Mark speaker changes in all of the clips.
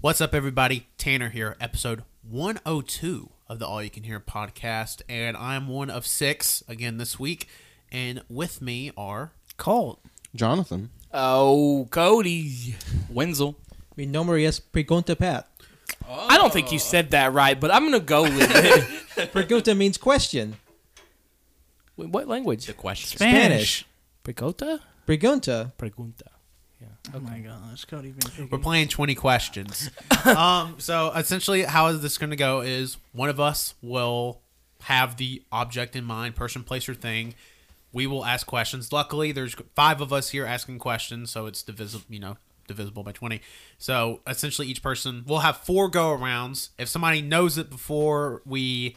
Speaker 1: What's up, everybody? Tanner here, episode 102 of the All You Can Hear podcast, and I'm one of six again this week. And with me are
Speaker 2: Colt.
Speaker 3: Jonathan.
Speaker 4: Oh, Cody. Wenzel.
Speaker 2: Mi nombre es Pregunta Pat.
Speaker 4: I don't think you said that right, but I'm going to go with it.
Speaker 2: Pregunta means question.
Speaker 4: Wait, what language?
Speaker 1: the question.
Speaker 2: Spanish.
Speaker 4: Pregunta?
Speaker 2: Pregunta.
Speaker 4: Pregunta.
Speaker 5: Oh my gosh, Cody been thinking.
Speaker 1: We're playing 20 questions. um, so essentially, how is this going to go is one of us will have the object in mind, person, place, or thing. We will ask questions. Luckily, there's five of us here asking questions, so it's divisible, you know, divisible by 20. So essentially, each person will have four go arounds. If somebody knows it before we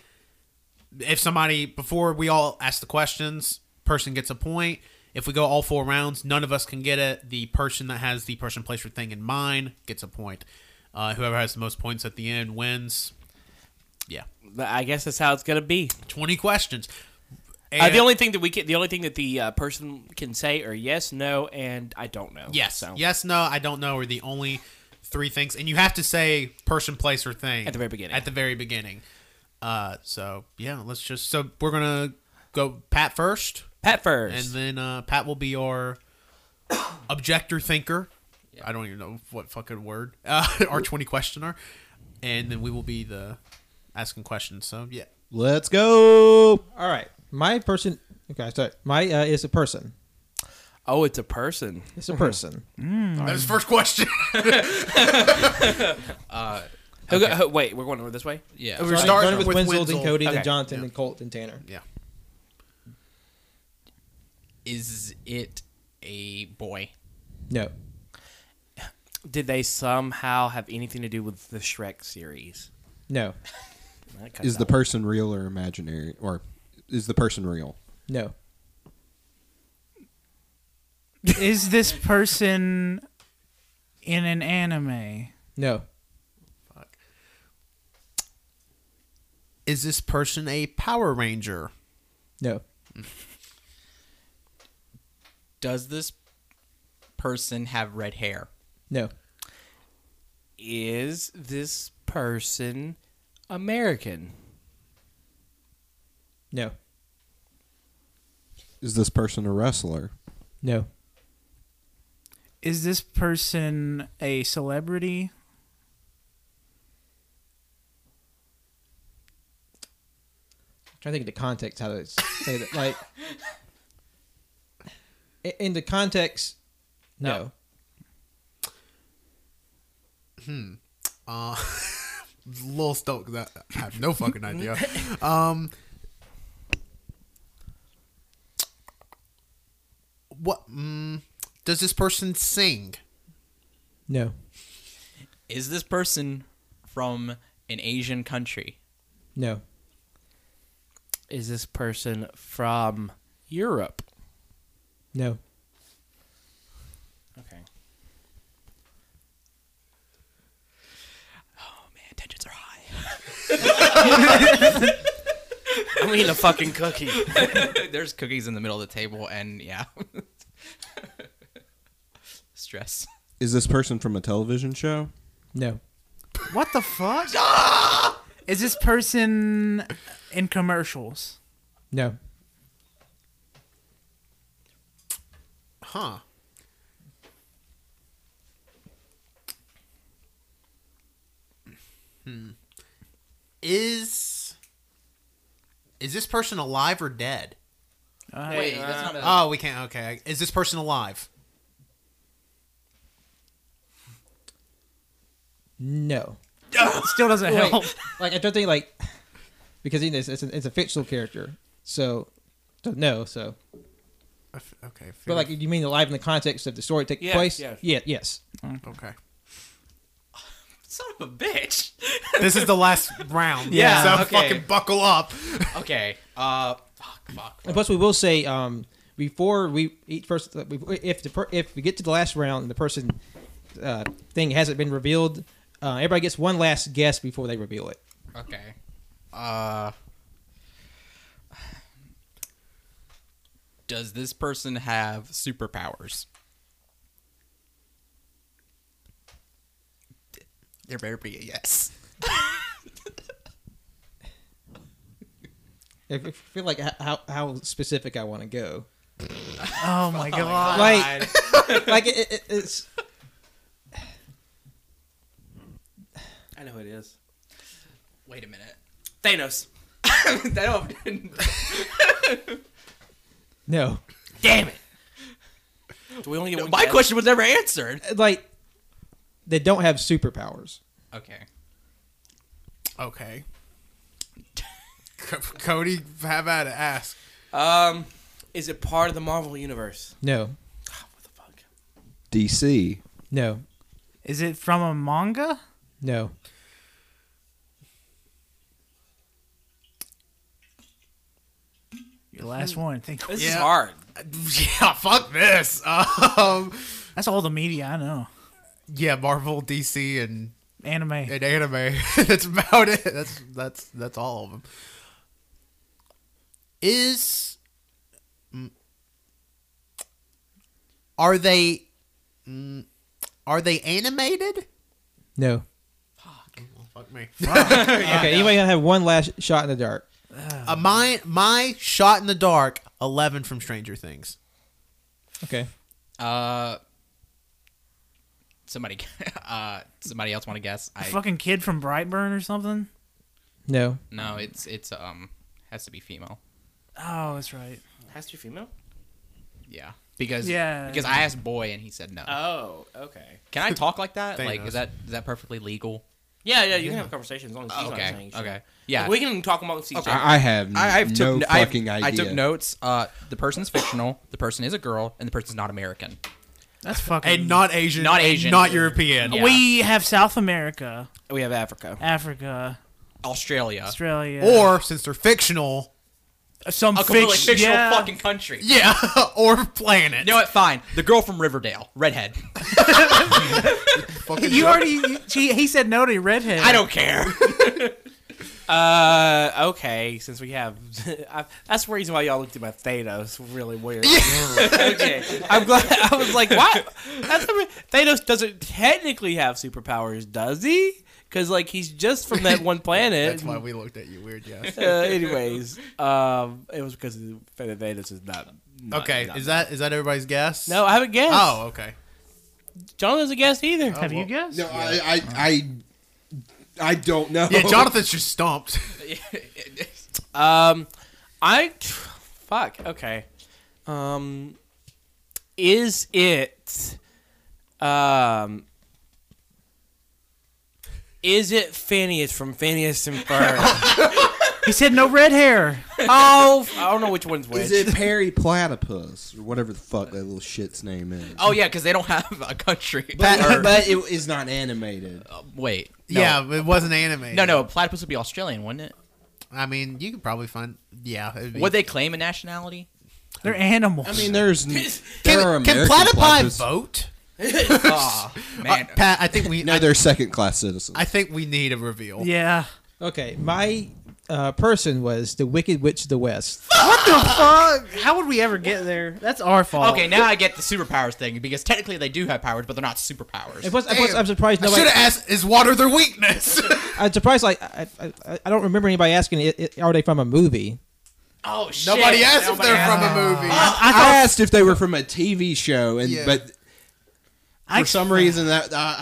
Speaker 1: if somebody before we all ask the questions, person gets a point. If we go all four rounds, none of us can get it. The person that has the person, place, or thing in mind gets a point. Uh, whoever has the most points at the end wins. Yeah,
Speaker 4: I guess that's how it's going to be.
Speaker 1: twenty questions.
Speaker 4: Uh,
Speaker 1: And-
Speaker 4: the only thing that we can, the only thing that the uh, person can say are yes, no, and I don't know.
Speaker 1: yes,
Speaker 4: So,
Speaker 1: yes, no, I don't know are the only three things, and you have to say person, place, or thing
Speaker 4: At the very beginning.
Speaker 1: At the very beginning. Uh, so yeah, let's just. So we're gonna go Pat first.
Speaker 4: Pat first.
Speaker 1: and then uh, Pat will be our objector thinker. I don't even know what fucking word. Uh, our twenty questioner, and then we will be the asking questions. So yeah,
Speaker 3: Let's go.
Speaker 2: All right. My person. Okay, sorry. My uh, is a person.
Speaker 4: oh, it's a person.
Speaker 2: It's
Speaker 3: Mm-hmm.
Speaker 2: a person.
Speaker 5: Mm-hmm.
Speaker 1: that's the first question.
Speaker 4: Who go- who- wait, we're going over this way?
Speaker 1: We're
Speaker 2: Starting-
Speaker 1: starting
Speaker 2: starting with,
Speaker 1: with
Speaker 2: Wenzel,
Speaker 1: Wenzel.
Speaker 2: then Cody,
Speaker 4: Okay.
Speaker 2: then Jonathan, then Colt, then Tanner.
Speaker 1: yeah,
Speaker 6: Is it a boy?
Speaker 2: No.
Speaker 4: Did they somehow have anything to do with the Shrek series?
Speaker 2: No.
Speaker 4: That cuts
Speaker 3: Is the
Speaker 4: out.
Speaker 3: person real or imaginary? Or is the person real?
Speaker 2: No.
Speaker 5: Is this person in an anime?
Speaker 2: No.
Speaker 1: is this person a Power Ranger?
Speaker 2: No.
Speaker 6: Does this person have red hair?
Speaker 2: No.
Speaker 4: is this person American?
Speaker 2: No.
Speaker 3: Is this person a wrestler?
Speaker 2: No.
Speaker 5: Is this person a celebrity?
Speaker 2: trying to think of the context how to say that. Like, i- in the context, no.
Speaker 1: Uh, little stoked 'cause I I have no fucking idea. Um, what mm, does this person sing?
Speaker 2: No.
Speaker 6: Is this person from an Asian country?
Speaker 2: No.
Speaker 4: Is this person from Europe?
Speaker 2: No.
Speaker 4: Okay. Oh man, tensions are high. I'm eating a fucking cookie.
Speaker 6: There's cookies in the middle of the table, and yeah. Stress.
Speaker 3: Is this person from a television show?
Speaker 2: No.
Speaker 5: What the fuck? Is this person in commercials?
Speaker 2: No.
Speaker 1: Huh. Hmm. Is is this person alive or dead?
Speaker 5: Uh,
Speaker 6: Wait, that's not a.
Speaker 1: Oh, we can't. Okay, is this person alive?
Speaker 2: No.
Speaker 5: Still doesn't
Speaker 2: Wait,
Speaker 5: help.
Speaker 2: like I don't think like because you know, it's it's a, it's a fictional character, so so no. So,
Speaker 1: Okay,
Speaker 2: but like you mean alive in the context of the story taking
Speaker 4: Yeah,
Speaker 2: place?
Speaker 4: yeah.
Speaker 2: Yeah. Yes.
Speaker 1: okay.
Speaker 6: Son of a bitch.
Speaker 1: This is the last round.
Speaker 6: Yeah,
Speaker 1: so
Speaker 6: okay.
Speaker 1: fucking buckle up.
Speaker 6: okay. Uh. Fuck. Fuck.
Speaker 2: And plus, we will say um, before we each person, if the per, if we get to the last round and the person uh, thing hasn't been revealed, uh, everybody gets one last guess before they reveal it.
Speaker 6: Okay. Uh. Does this person have superpowers? there better be a yes.
Speaker 2: I f- feel like h- how how specific I want to go.
Speaker 5: Oh my god.
Speaker 2: Like, like it, it, it's
Speaker 4: I know who it is.
Speaker 6: Wait a minute.
Speaker 4: Thanos.
Speaker 6: that don't.
Speaker 2: no,
Speaker 6: Damn it!
Speaker 4: Do we only get one
Speaker 6: My
Speaker 4: guess?
Speaker 6: question was never answered.
Speaker 2: like they don't have superpowers.
Speaker 6: Okay.
Speaker 1: Okay. Co- Cody, have at it. Ask.
Speaker 4: Um, is it part of the Marvel universe?
Speaker 2: No,
Speaker 4: What the fuck?
Speaker 3: DC.
Speaker 2: no,
Speaker 5: Is it from a manga?
Speaker 2: no.
Speaker 5: Your last one. Think
Speaker 6: This is
Speaker 1: Yeah.
Speaker 6: hard.
Speaker 1: Yeah, fuck this. Um,
Speaker 5: that's all the media I know.
Speaker 1: yeah, Marvel, DC, and,
Speaker 5: Anime.
Speaker 1: and anime. that's about it. That's that's that's all of them. Is mm, are they mm, are they animated?
Speaker 2: No.
Speaker 1: Fuck me.
Speaker 2: okay, anybody gonna have one last shot in the dark?
Speaker 1: Uh, my my shot in the dark. Eleven from Stranger Things.
Speaker 2: Okay.
Speaker 6: Uh, somebody, uh, somebody else want to guess? I
Speaker 5: Fucking kid from Brightburn or something?
Speaker 2: No.
Speaker 6: no. It's it's um has to be female.
Speaker 5: Oh, that's right.
Speaker 4: Has to be female?
Speaker 6: Yeah, because
Speaker 5: Yeah.
Speaker 6: because I asked boy and he said no.
Speaker 4: Oh, okay.
Speaker 6: Can I talk like that? like,
Speaker 1: Thanos.
Speaker 6: is that is that perfectly legal?
Speaker 4: Yeah, yeah, Oh, you can have a conversation as long as he's not
Speaker 6: okay,
Speaker 4: saying shit.
Speaker 6: okay, yeah.
Speaker 4: We can talk amongst each other.
Speaker 3: I, I have
Speaker 6: I, I've
Speaker 3: no
Speaker 6: took, no
Speaker 3: fucking
Speaker 6: I,
Speaker 3: idea.
Speaker 6: I took notes. Uh, the person's fictional. The person is a girl, and the person's not American.
Speaker 5: That's fucking.
Speaker 1: And not Asian.
Speaker 6: Not
Speaker 1: and
Speaker 6: Asian.
Speaker 1: Not European.
Speaker 6: Yeah.
Speaker 5: We have South America,
Speaker 4: we have Africa.
Speaker 5: Africa,
Speaker 6: Australia,
Speaker 5: Australia,
Speaker 1: Or since they're fictional.
Speaker 5: some
Speaker 6: a completely
Speaker 5: fic-
Speaker 6: fictional
Speaker 5: yeah.
Speaker 6: fucking country.
Speaker 1: Yeah. or planet.
Speaker 6: You know what? Fine. The girl from Riverdale, redhead.
Speaker 1: Fucking
Speaker 5: You already. you- She, he said no to redhead.
Speaker 6: I don't care.
Speaker 4: Uh, okay. Since we have, I, that's the reason why y'all looked at my Thanos. Really weird. okay, I'm glad. I was like, why? That's the, Thanos doesn't technically have superpowers, does he? Because like he's just from that one planet.
Speaker 1: That's why we looked at you weird. Yes.
Speaker 4: uh, anyways, um, it was because the Thanos is not. not-
Speaker 1: Okay.
Speaker 4: not-
Speaker 1: Is that is that everybody's guess?
Speaker 4: No, I haven't guessed.
Speaker 1: Oh, okay.
Speaker 4: John doesn't guess either.
Speaker 5: Have you guessed?
Speaker 3: No, I, I, I, I don't know.
Speaker 1: Yeah, Jonathan's just stumped.
Speaker 4: Um, I fuck. Okay. Um, is it um. Is it Phineas from Phineas and Ferb?
Speaker 5: He said no red hair.
Speaker 4: oh, f- I don't know which one's which.
Speaker 3: Is it Perry Platypus or whatever the fuck that little shit's name is?
Speaker 6: oh yeah, because they don't have a country.
Speaker 3: but,
Speaker 6: Or-
Speaker 3: but it is not animated.
Speaker 6: wait. No.
Speaker 1: Yeah, but it wasn't anime.
Speaker 6: No, no. Platypus would be Australian, wouldn't it?
Speaker 1: I mean, you could probably find. Yeah. it'd be-
Speaker 6: Would they claim a nationality?
Speaker 5: They're animals.
Speaker 3: I mean, there's n- there are
Speaker 1: Can, can
Speaker 3: American
Speaker 1: platypi
Speaker 3: platypus.
Speaker 1: vote?
Speaker 6: Ah, man.
Speaker 1: Uh, Pat, I think we.
Speaker 3: No,
Speaker 1: I,
Speaker 3: they're second class citizens.
Speaker 1: I think we need a reveal.
Speaker 5: yeah.
Speaker 2: Okay, my uh, person was the Wicked Witch of the West.
Speaker 5: Fuck. How would we ever get there? That's our fault.
Speaker 6: Uh, okay, now I get the superpowers thing because technically they do have powers, but they're not superpowers.
Speaker 2: It was, I was,
Speaker 1: Damn.
Speaker 2: I'm surprised
Speaker 1: I should
Speaker 2: nobody.
Speaker 1: have asked, is water their weakness?
Speaker 2: I'm surprised like I, I, I- I don't remember anybody asking i- i- are they from a movie.
Speaker 6: oh shit!
Speaker 1: Nobody asked if
Speaker 6: Nobody
Speaker 1: they're
Speaker 6: asked.
Speaker 1: from a movie.
Speaker 3: I, asked if they were from a TV show, and
Speaker 1: Yeah.
Speaker 3: but for
Speaker 5: I,
Speaker 3: some reason that uh,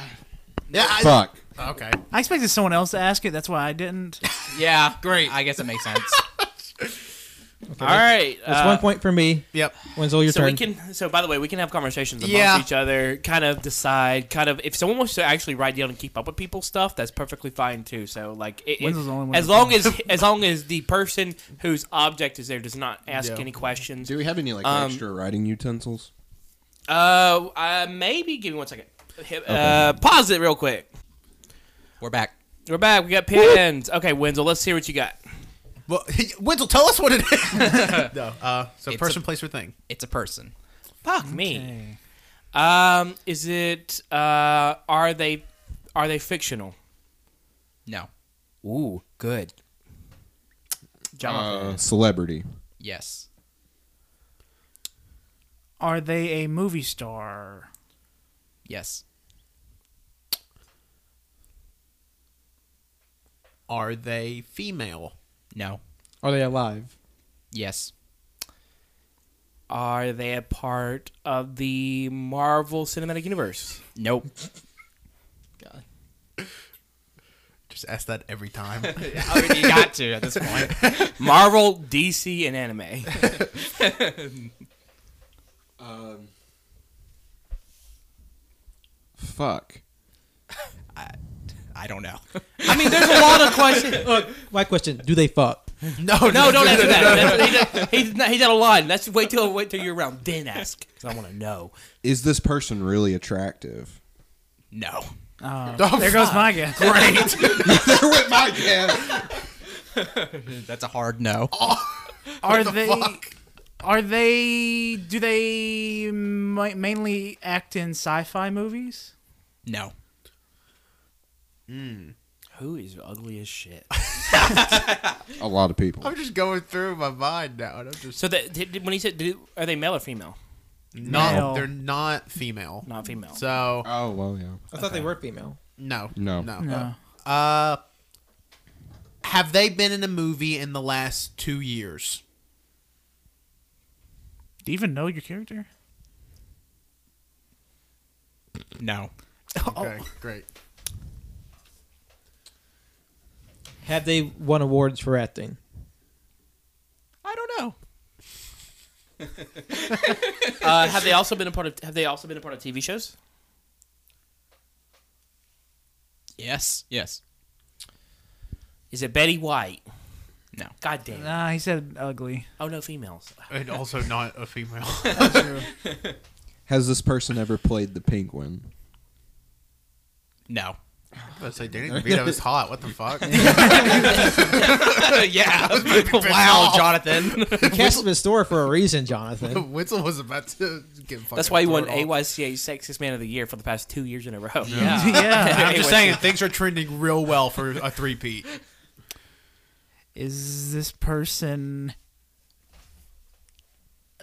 Speaker 1: yeah, I-
Speaker 3: fuck.
Speaker 1: Okay.
Speaker 5: I expected someone else to ask it. That's why I didn't.
Speaker 6: Yeah, great. I guess it makes sense.
Speaker 2: Okay,
Speaker 4: All right.
Speaker 2: that's
Speaker 4: uh,
Speaker 2: one point for me.
Speaker 1: Yep.
Speaker 2: Wenzel, your
Speaker 4: so
Speaker 2: turn.
Speaker 4: we can. So by the way, we can have conversations amongst
Speaker 1: Yeah.
Speaker 4: each other. Kind of decide. Kind of if someone wants to actually write down and keep up with people's stuff, that's perfectly fine too. So like, it, it-
Speaker 5: Winslow's the only one
Speaker 4: as
Speaker 5: that
Speaker 4: long as as long as the person whose object is there does not ask
Speaker 1: Yeah.
Speaker 4: any questions.
Speaker 3: Do we have any like
Speaker 4: Um,
Speaker 3: extra writing utensils?
Speaker 4: Uh, uh, maybe give me one second. Hit- Uh, pause it real quick.
Speaker 6: We're back.
Speaker 4: We're back. We got pins. Okay, Wenzel, let's hear what you got.
Speaker 1: Well, Wenzel, tell us what it is. no. Uh, so
Speaker 6: It's
Speaker 1: person,
Speaker 6: a-
Speaker 1: place, or thing.
Speaker 6: It's a person.
Speaker 4: Fuck me. Um, is it? Uh, are they? Are they fictional?
Speaker 6: No. Ooh, good.
Speaker 4: Jonathan.
Speaker 3: Uh, celebrity.
Speaker 6: Yes.
Speaker 5: Are they a movie star?
Speaker 6: Yes.
Speaker 1: Are they female?
Speaker 6: No.
Speaker 2: Are they alive?
Speaker 6: Yes.
Speaker 4: Are they a part of the Marvel Cinematic Universe?
Speaker 6: Nope.
Speaker 1: Just ask that every time.
Speaker 6: I mean, you got to at this point.
Speaker 4: Marvel, DC, and anime.
Speaker 3: Fuck.
Speaker 6: I don't know.
Speaker 4: I mean, there's a lot of questions.
Speaker 2: My question: Do they fuck?
Speaker 1: no,
Speaker 4: No, don't answer that. That's- he, did, he, did not, he did a line. Let's wait till wait till you're around, then ask. 'Cause I want to know.
Speaker 3: Is this person really attractive?
Speaker 6: No.
Speaker 5: there goes my guess.
Speaker 3: there went my guess.
Speaker 6: That's a hard no.
Speaker 5: Are they? Are they? Do they mi- mainly act in sci-fi movies?
Speaker 6: No.
Speaker 4: Who is ugly as shit?
Speaker 3: A lot of people.
Speaker 1: I'm just going through my mind now. And I'm just
Speaker 4: So that did, did- when he said, did, are they male or female?
Speaker 1: not.
Speaker 5: Male.
Speaker 1: They're not female.
Speaker 4: Not female.
Speaker 1: So
Speaker 3: Oh well, yeah.
Speaker 2: I thought they were female.
Speaker 1: no,
Speaker 3: No.
Speaker 1: no.
Speaker 5: No.
Speaker 1: Uh, have they been in a movie in the last two years?
Speaker 5: Do you even know your character?
Speaker 6: No.
Speaker 1: Okay, great.
Speaker 2: Have they won awards for acting?
Speaker 6: I don't know.
Speaker 4: Uh, have they also been a part of? Have they also been a part of TV shows?
Speaker 6: Yes. Yes.
Speaker 4: Is it Betty White?
Speaker 6: No.
Speaker 4: God damn. it.
Speaker 5: Nah, he said ugly.
Speaker 4: Oh no, females.
Speaker 1: And also not a female.
Speaker 3: Has this person ever played the penguin?
Speaker 6: No.
Speaker 1: I say Danny DeVito is hot. What the fuck?
Speaker 6: yeah. wow, Jonathan.
Speaker 2: You cast him in store for a reason, Jonathan.
Speaker 1: Witzel was about to get fucking.
Speaker 4: That's why he won
Speaker 1: thrown off.
Speaker 4: AYCA Sexiest Man of the Year for the past two years in a row.
Speaker 5: yeah.
Speaker 1: I'm just saying things are trending real well for a three P.
Speaker 5: Is this person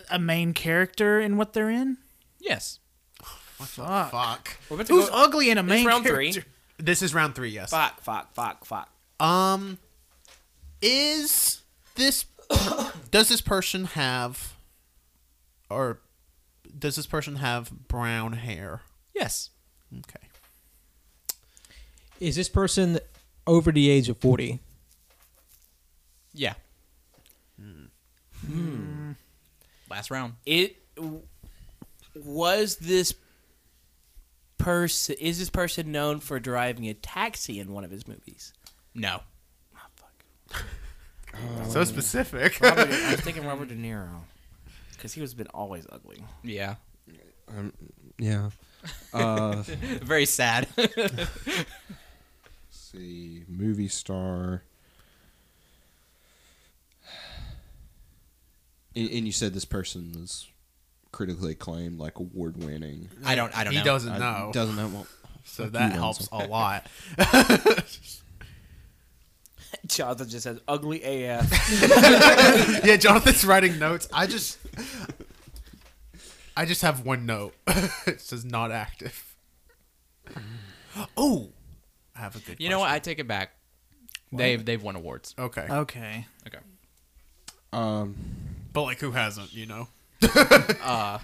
Speaker 5: a main character in what they're in?
Speaker 6: Yes.
Speaker 5: Fuck.
Speaker 1: Fuck.
Speaker 4: We're about to
Speaker 5: Who's
Speaker 4: go-
Speaker 5: ugly in a
Speaker 4: it's
Speaker 5: main
Speaker 4: round
Speaker 5: character?
Speaker 4: three.
Speaker 1: This is round three. Yes.
Speaker 4: Fuck, fuck, fuck, fuck.
Speaker 1: Um, is this does this person have or does this person have brown hair?
Speaker 6: Yes.
Speaker 1: Okay.
Speaker 2: Is this person over the age of forty?
Speaker 6: Yeah. Hmm. Last round.
Speaker 4: It was this person. Is this person known for driving a taxi in one of his movies?
Speaker 6: No.
Speaker 4: Ah,
Speaker 1: so specific.
Speaker 4: Robert, I was thinking Robert De Niro because he was been always ugly.
Speaker 6: Yeah.
Speaker 3: Yeah. Uh, let's
Speaker 6: Very sad.
Speaker 3: see, movie star. And, and you said this person was critically acclaimed, like award winning.
Speaker 6: I don't. I don't
Speaker 1: he
Speaker 6: know.
Speaker 1: doesn't know.
Speaker 3: Doesn't that well?
Speaker 1: so
Speaker 3: fuck
Speaker 1: that
Speaker 3: you,
Speaker 1: helps a lot.
Speaker 4: Jonathan just says ugly AF.
Speaker 1: yeah, Jonathan's writing notes. I just I just have one note. it says not active. Oh, I have a good.
Speaker 6: You know what? I take it back. They've they've won awards.
Speaker 1: question. Okay,
Speaker 5: Okay.
Speaker 6: Okay.
Speaker 3: Um,
Speaker 1: but like, who hasn't? You know,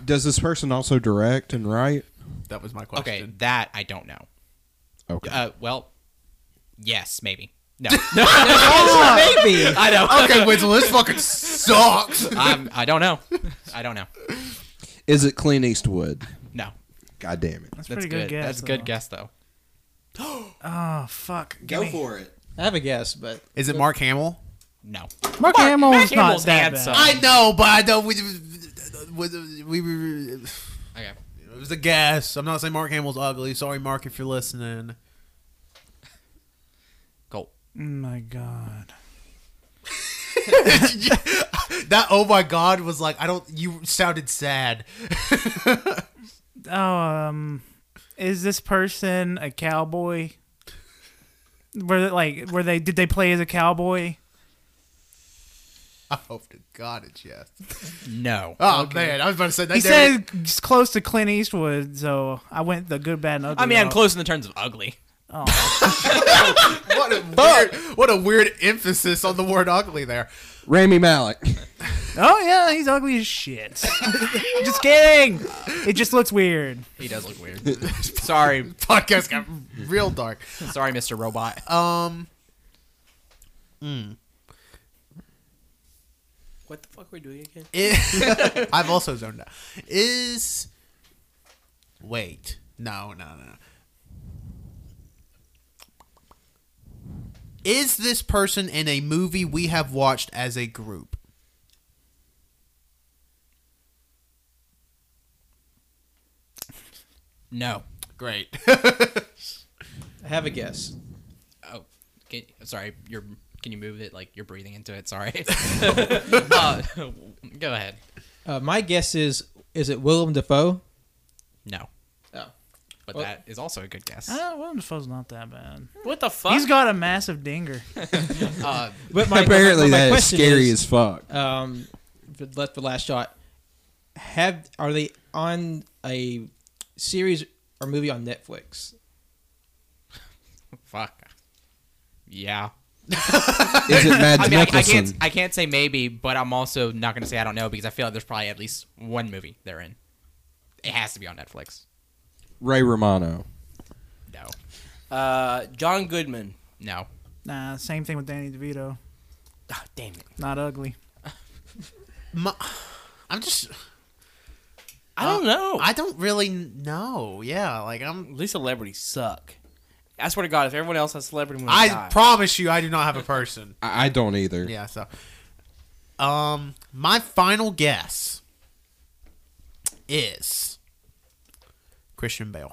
Speaker 3: does this person also direct and write?
Speaker 1: that was my question.
Speaker 6: Okay. That I don't know.
Speaker 3: Okay.
Speaker 6: Uh. Well. Yes. Maybe. No.
Speaker 2: Maybe.
Speaker 6: I know.
Speaker 1: Okay, Winslow, this fucking sucks.
Speaker 6: I'm, Um, I don't know. I don't know.
Speaker 3: Is it Clint Eastwood?
Speaker 6: No.
Speaker 3: God damn it.
Speaker 5: That's,
Speaker 6: That's
Speaker 5: pretty good,
Speaker 6: good.
Speaker 5: guess.
Speaker 6: That's a
Speaker 5: though.
Speaker 6: good guess though.
Speaker 5: Oh fuck. Gimme.
Speaker 3: it.
Speaker 2: I have a guess, but
Speaker 1: Is it Mark Hamill?
Speaker 6: No.
Speaker 5: Mark, Hamill's not
Speaker 6: Hamill's
Speaker 5: that
Speaker 6: handsome.
Speaker 5: bad.
Speaker 1: I know, but I don't. We, we, we, we-
Speaker 6: Okay.
Speaker 1: it was a guess. I'm not saying Mark Hamill's ugly. Sorry, Mark, if you're listening.
Speaker 6: Cool.
Speaker 5: Oh my god.
Speaker 1: That oh my god was like I don't. You sounded sad.
Speaker 5: Um, is this person a cowboy? Were they like? Were they? Did they play as a cowboy?
Speaker 1: I hope to God it's yes.
Speaker 6: No.
Speaker 1: Oh man, I was about to say that.
Speaker 5: He
Speaker 1: there-
Speaker 5: said it's close to Clint Eastwood, so I went the good, bad, and ugly.
Speaker 6: I mean, I'm
Speaker 5: route.
Speaker 6: close in the terms of ugly.
Speaker 1: What a weird, what a weird emphasis on the word ugly there.
Speaker 3: Rami Malik.
Speaker 5: Oh yeah, he's ugly as shit. just kidding. It just looks weird.
Speaker 6: He does look weird. sorry,
Speaker 1: Podcast got real dark.
Speaker 6: sorry, Mr. Robot.
Speaker 1: Um,
Speaker 4: What the fuck are we doing again?
Speaker 1: it, I've also zoned out. Is wait, no, no, no. no. Is this person in a movie we have watched as a group?
Speaker 6: No.
Speaker 1: Great.
Speaker 2: I have a guess.
Speaker 6: Oh, can, sorry. You're. Can you move it? Like you're breathing into it. Sorry. uh, go ahead.
Speaker 2: Uh, my guess is is it Willem Dafoe?
Speaker 6: No.
Speaker 2: Oh.
Speaker 6: But
Speaker 2: Well-
Speaker 6: that is also a good guess.
Speaker 5: Oh, Willem Dafoe's not that bad.
Speaker 4: What the fuck?
Speaker 5: He's got a massive dinger.
Speaker 6: Uh,
Speaker 2: But my,
Speaker 3: Apparently,
Speaker 2: but my
Speaker 3: that is
Speaker 2: question
Speaker 3: scary
Speaker 2: is,
Speaker 3: as fuck.
Speaker 2: um, for- left the last shot. Have are they on a series or movie on Netflix?
Speaker 6: fuck. Yeah.
Speaker 3: Is it Mads
Speaker 6: I mean, I, I can't.
Speaker 3: Mikkelsen?
Speaker 6: I can't say maybe, but I'm also not going to say I don't know because I feel like there's probably at least one movie they're in. It has to be on Netflix.
Speaker 3: Ray Romano.
Speaker 6: No.
Speaker 4: uh, John Goodman.
Speaker 6: No.
Speaker 5: Nah, same thing with Danny DeVito.
Speaker 4: Ah, damn it.
Speaker 5: Not ugly.
Speaker 1: My, I'm just.
Speaker 4: Uh, I don't know.
Speaker 1: I don't really know. Yeah, like I'm.
Speaker 4: These celebrities suck. I swear to God, if everyone else has celebrity, I'm gonna
Speaker 1: I
Speaker 4: die.
Speaker 1: promise you, I do not have a person.
Speaker 3: I, I don't either.
Speaker 1: Yeah. So, um, my final guess is Christian Bale.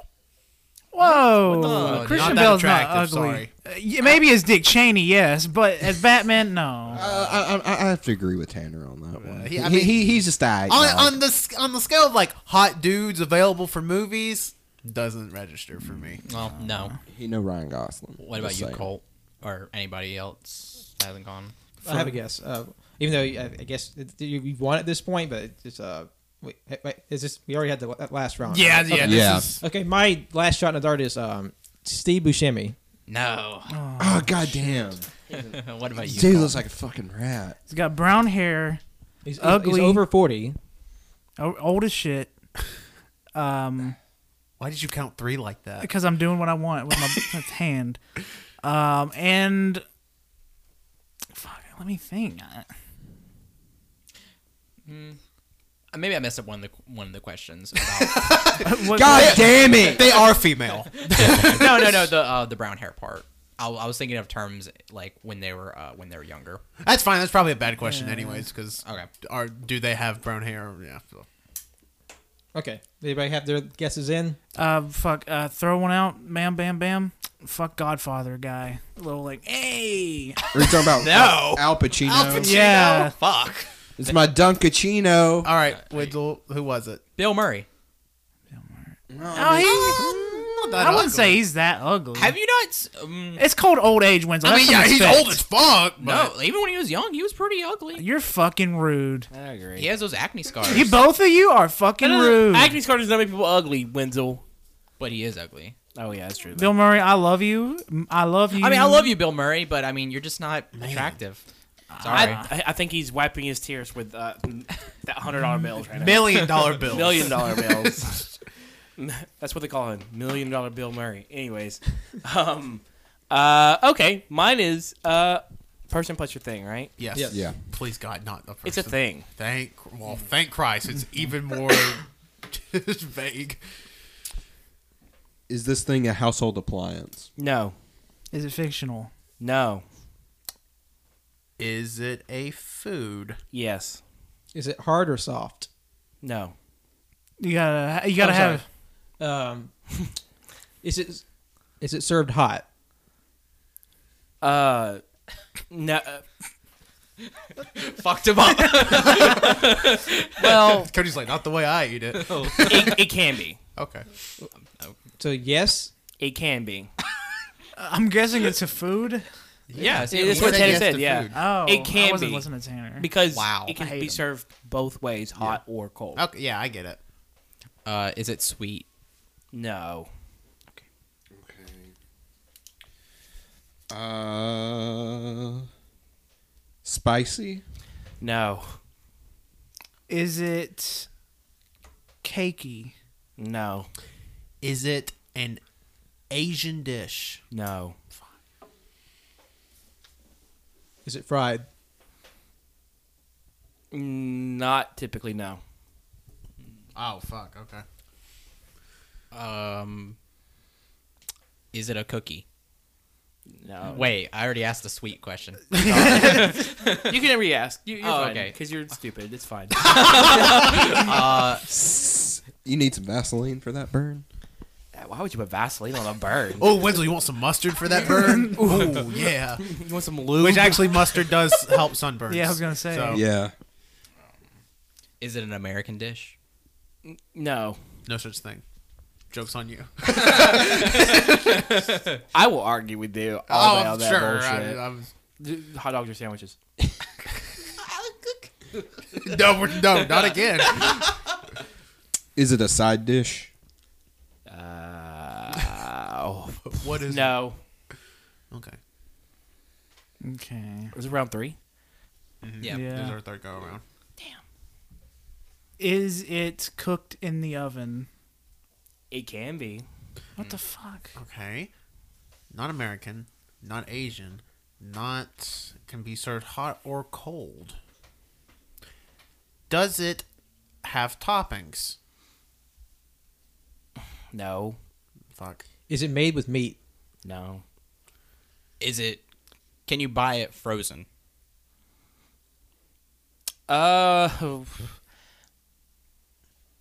Speaker 5: Whoa,
Speaker 1: the- Not
Speaker 5: Christian
Speaker 1: that
Speaker 5: Bale's not ugly.
Speaker 1: attractive, sorry.
Speaker 5: Uh, yeah, maybe as Dick Cheney, yes, but as Batman, no.
Speaker 3: Uh, I, I, I have to agree with Tanner on that one.
Speaker 1: he- I
Speaker 3: he,
Speaker 1: mean-
Speaker 3: he, he's just a
Speaker 1: on, on the s- on the scale of like hot dudes available for movies doesn't register for me.
Speaker 6: Well, no.
Speaker 3: He know Ryan Gosling.
Speaker 6: What about you, Colt, or anybody else that hasn't gone?
Speaker 2: I have a guess. Uh, even though I, I guess it- you, you won at this point, but it's just uh, wait, wait, is this we already had the la- last round?
Speaker 1: Yeah,
Speaker 2: right?
Speaker 1: yeah,
Speaker 2: Okay.
Speaker 1: this
Speaker 3: Yeah.
Speaker 1: is-
Speaker 2: Okay, my last shot in the dart is um, Steve Buscemi.
Speaker 6: No.
Speaker 3: Oh goddamn!
Speaker 6: what about you?
Speaker 3: Dude
Speaker 6: Colt?
Speaker 3: looks like a fucking rat.
Speaker 5: He's got brown hair,
Speaker 2: He's he's-
Speaker 5: Ugly.
Speaker 2: He's over forty.
Speaker 5: o- old as shit. Um,
Speaker 1: Why did you count three like that?
Speaker 5: because I'm doing what I want with my with hand. Um, and fuck, let me think. I-
Speaker 6: Uh, Maybe I messed up one of the one of the questions. About,
Speaker 5: What,
Speaker 3: God damn it!
Speaker 1: They are female.
Speaker 6: no, no, no. The uh, the brown hair part. I, I was thinking of terms like when they were uh, when they were younger.
Speaker 1: That's fine. That's probably a bad question, anyways, because
Speaker 6: Okay.
Speaker 1: are do they have brown hair? Yeah. so-
Speaker 2: Okay, anybody have their guesses in?
Speaker 5: Uh, fuck. Uh, throw one out. Bam, bam, bam. Fuck Godfather guy. A little like, hey.
Speaker 3: Are you talking about
Speaker 6: No.
Speaker 3: Al Pacino?
Speaker 5: Yeah.
Speaker 6: Fuck.
Speaker 3: It's my Dunkachino.
Speaker 1: All right, Winslow, who was it?
Speaker 6: Bill Murray.
Speaker 5: Oh, he,
Speaker 1: Not that
Speaker 5: I wouldn't
Speaker 1: ugly.
Speaker 5: say he's that ugly.
Speaker 6: Have you not? s- Um,
Speaker 5: It's called old age, Winslow.
Speaker 1: I mean,
Speaker 5: Have
Speaker 1: yeah,
Speaker 5: some
Speaker 1: he's
Speaker 5: respect.
Speaker 1: old as fuck. But
Speaker 6: no, even when he was young, he was pretty ugly.
Speaker 5: You're fucking rude.
Speaker 4: I agree.
Speaker 6: He has those acne scars.
Speaker 5: You both of you are fucking rude.
Speaker 4: Acting scar does not make people ugly, Wenzel.
Speaker 6: but he is ugly.
Speaker 4: Oh yeah, that's true.
Speaker 5: Bill Murray, I love you. M- I love you.
Speaker 6: I mean, I love you, Bill Murray, but I mean, you're just not attractive. Sorry.
Speaker 4: I, I- I think he's wiping his tears with uh, that hundred dollar bills right now.
Speaker 1: million dollar bill.
Speaker 4: Million dollar bills. That's what they call him, million dollar Bill Murray. Anyways, um, uh, okay, mine is uh, person plus your thing, right?
Speaker 1: Yes.
Speaker 2: Yes.
Speaker 3: Yeah.
Speaker 1: Please God, not the first.
Speaker 4: It's a thing.
Speaker 1: Thank well, thank Christ. It's even more vague.
Speaker 3: Is this thing a household appliance?
Speaker 4: No,
Speaker 5: Is it fictional?
Speaker 4: no,
Speaker 1: Is it a food?
Speaker 4: yes,
Speaker 2: Is it hard or soft?
Speaker 4: no.
Speaker 5: You gotta, you gotta
Speaker 2: I'm
Speaker 5: have.
Speaker 2: sorry. Um, is it is it served hot?
Speaker 4: Uh, no. uh,
Speaker 6: Fucked him up.
Speaker 5: Oh.
Speaker 4: Well,
Speaker 1: Cody's like not the way I eat it.
Speaker 4: it, it can be.
Speaker 1: Okay.
Speaker 2: So yes,
Speaker 4: It can be.
Speaker 5: I'm guessing it's a food.
Speaker 6: yeah, see,
Speaker 4: It is
Speaker 6: that's
Speaker 1: You
Speaker 4: what
Speaker 6: what
Speaker 1: said
Speaker 4: Tanner
Speaker 1: yes
Speaker 4: said,
Speaker 1: to
Speaker 4: yeah.
Speaker 1: food.
Speaker 5: Oh,
Speaker 4: It can
Speaker 5: I wasn't
Speaker 4: be.
Speaker 5: listening to Tanner.
Speaker 4: Because
Speaker 6: Wow.
Speaker 4: it
Speaker 5: I
Speaker 4: can
Speaker 5: hate
Speaker 4: be
Speaker 5: them.
Speaker 4: served both ways, hot or cold.
Speaker 1: Okay. Yeah, Oh. I get it.
Speaker 6: Uh, is it sweet?
Speaker 4: No.
Speaker 3: Uh, spicy.
Speaker 4: No.
Speaker 5: Is it cakey?
Speaker 4: No.
Speaker 1: Is it an Asian dish?
Speaker 4: No.
Speaker 2: Is it fried?
Speaker 4: Not typically, no.
Speaker 1: Oh fuck. Okay.
Speaker 6: Um, is it a cookie?
Speaker 4: No.
Speaker 6: Wait, I already asked the sweet question.
Speaker 4: You can re ask. You, are
Speaker 6: Oh,
Speaker 4: okay.
Speaker 6: okay.
Speaker 4: Because you're stupid. It's fine.
Speaker 3: You need some Vaseline for that burn.
Speaker 4: Why would you put Vaseline on a bird?
Speaker 1: Oh, Wenzel, you want some mustard for that burn? oh yeah.
Speaker 4: You want some lube?
Speaker 1: Which actually, mustard does help sunburns.
Speaker 5: Yeah, I was gonna say.
Speaker 1: So,
Speaker 3: Yeah.
Speaker 6: Is it an American dish?
Speaker 4: No.
Speaker 1: No such thing. Jokes on you.
Speaker 4: I will argue with you all day
Speaker 1: I'm
Speaker 4: on that bullshit.
Speaker 1: Oh, I, I was,
Speaker 4: D- Hot dogs or sandwiches?
Speaker 1: no, we're- no, not again.
Speaker 3: Is it a side dish?
Speaker 4: Uh,
Speaker 1: What is?
Speaker 4: no.
Speaker 1: Okay.
Speaker 5: Okay.
Speaker 4: Was it round three?
Speaker 6: Yeah.
Speaker 1: This is
Speaker 5: Yeah.
Speaker 1: our third go around.
Speaker 5: Is it cooked in the oven?
Speaker 4: It can be.
Speaker 5: What the fuck?
Speaker 1: Okay. Not American. Not Asian. Not can be served hot or cold. Does it have toppings?
Speaker 4: No.
Speaker 1: Fuck.
Speaker 2: Is it made with meat?
Speaker 4: No.
Speaker 6: Is it? Can you buy it frozen?
Speaker 4: Uh,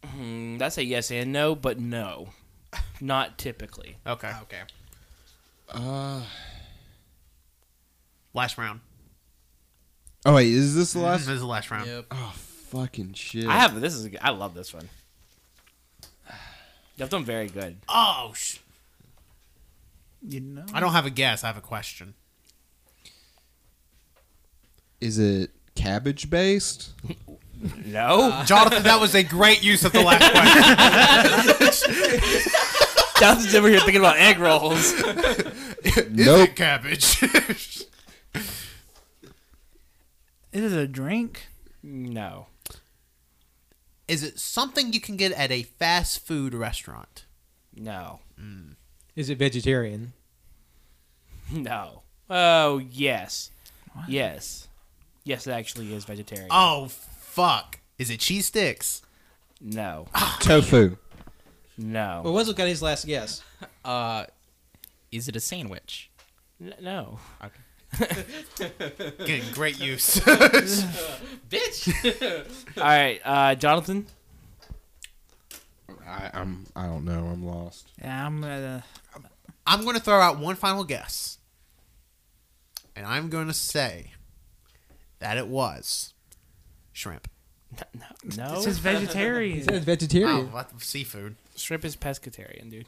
Speaker 4: hmm, that's a yes and no, but no, not typically.
Speaker 1: Okay.
Speaker 6: Ah, Okay.
Speaker 3: Uh.
Speaker 1: Last round.
Speaker 3: Oh wait, is this the
Speaker 1: This
Speaker 3: last?
Speaker 1: is the last round.
Speaker 6: Yep.
Speaker 3: Oh fucking shit!
Speaker 4: I have this is a good- I love this one. You've done very good.
Speaker 1: Oh, sh-
Speaker 5: You know.
Speaker 1: I don't have a guess. I have a question.
Speaker 3: Is it cabbage based?
Speaker 4: No,
Speaker 1: Jonathan, that was a great use of the last question.
Speaker 4: Jonathan's over here thinking about egg rolls.
Speaker 3: nope.
Speaker 1: Cabbage.
Speaker 5: Is it a drink?
Speaker 4: No,
Speaker 1: is it something you can get at a fast food restaurant?
Speaker 4: no,
Speaker 2: Is it vegetarian?
Speaker 4: no. Oh yes, yes, yes. It actually is vegetarian.
Speaker 1: Oh, fuck. Is it cheese sticks?
Speaker 4: No,
Speaker 3: Tofu.
Speaker 2: Well,
Speaker 4: no,
Speaker 2: Wenzel got his last guess.
Speaker 6: Uh, is it a sandwich?
Speaker 4: N- no.
Speaker 1: Getting great use.
Speaker 4: All right, uh, Jonathan.
Speaker 3: I, I'm. I don't know. I'm lost.
Speaker 5: Yeah, I'm gonna.
Speaker 1: I'm going to throw out one final guess. And I'm going to say that it was shrimp.
Speaker 4: No, no.
Speaker 5: It says vegetarian.
Speaker 2: It's vegetarian.
Speaker 1: Oh, what the- seafood.
Speaker 4: shrimp is pescatarian, dude.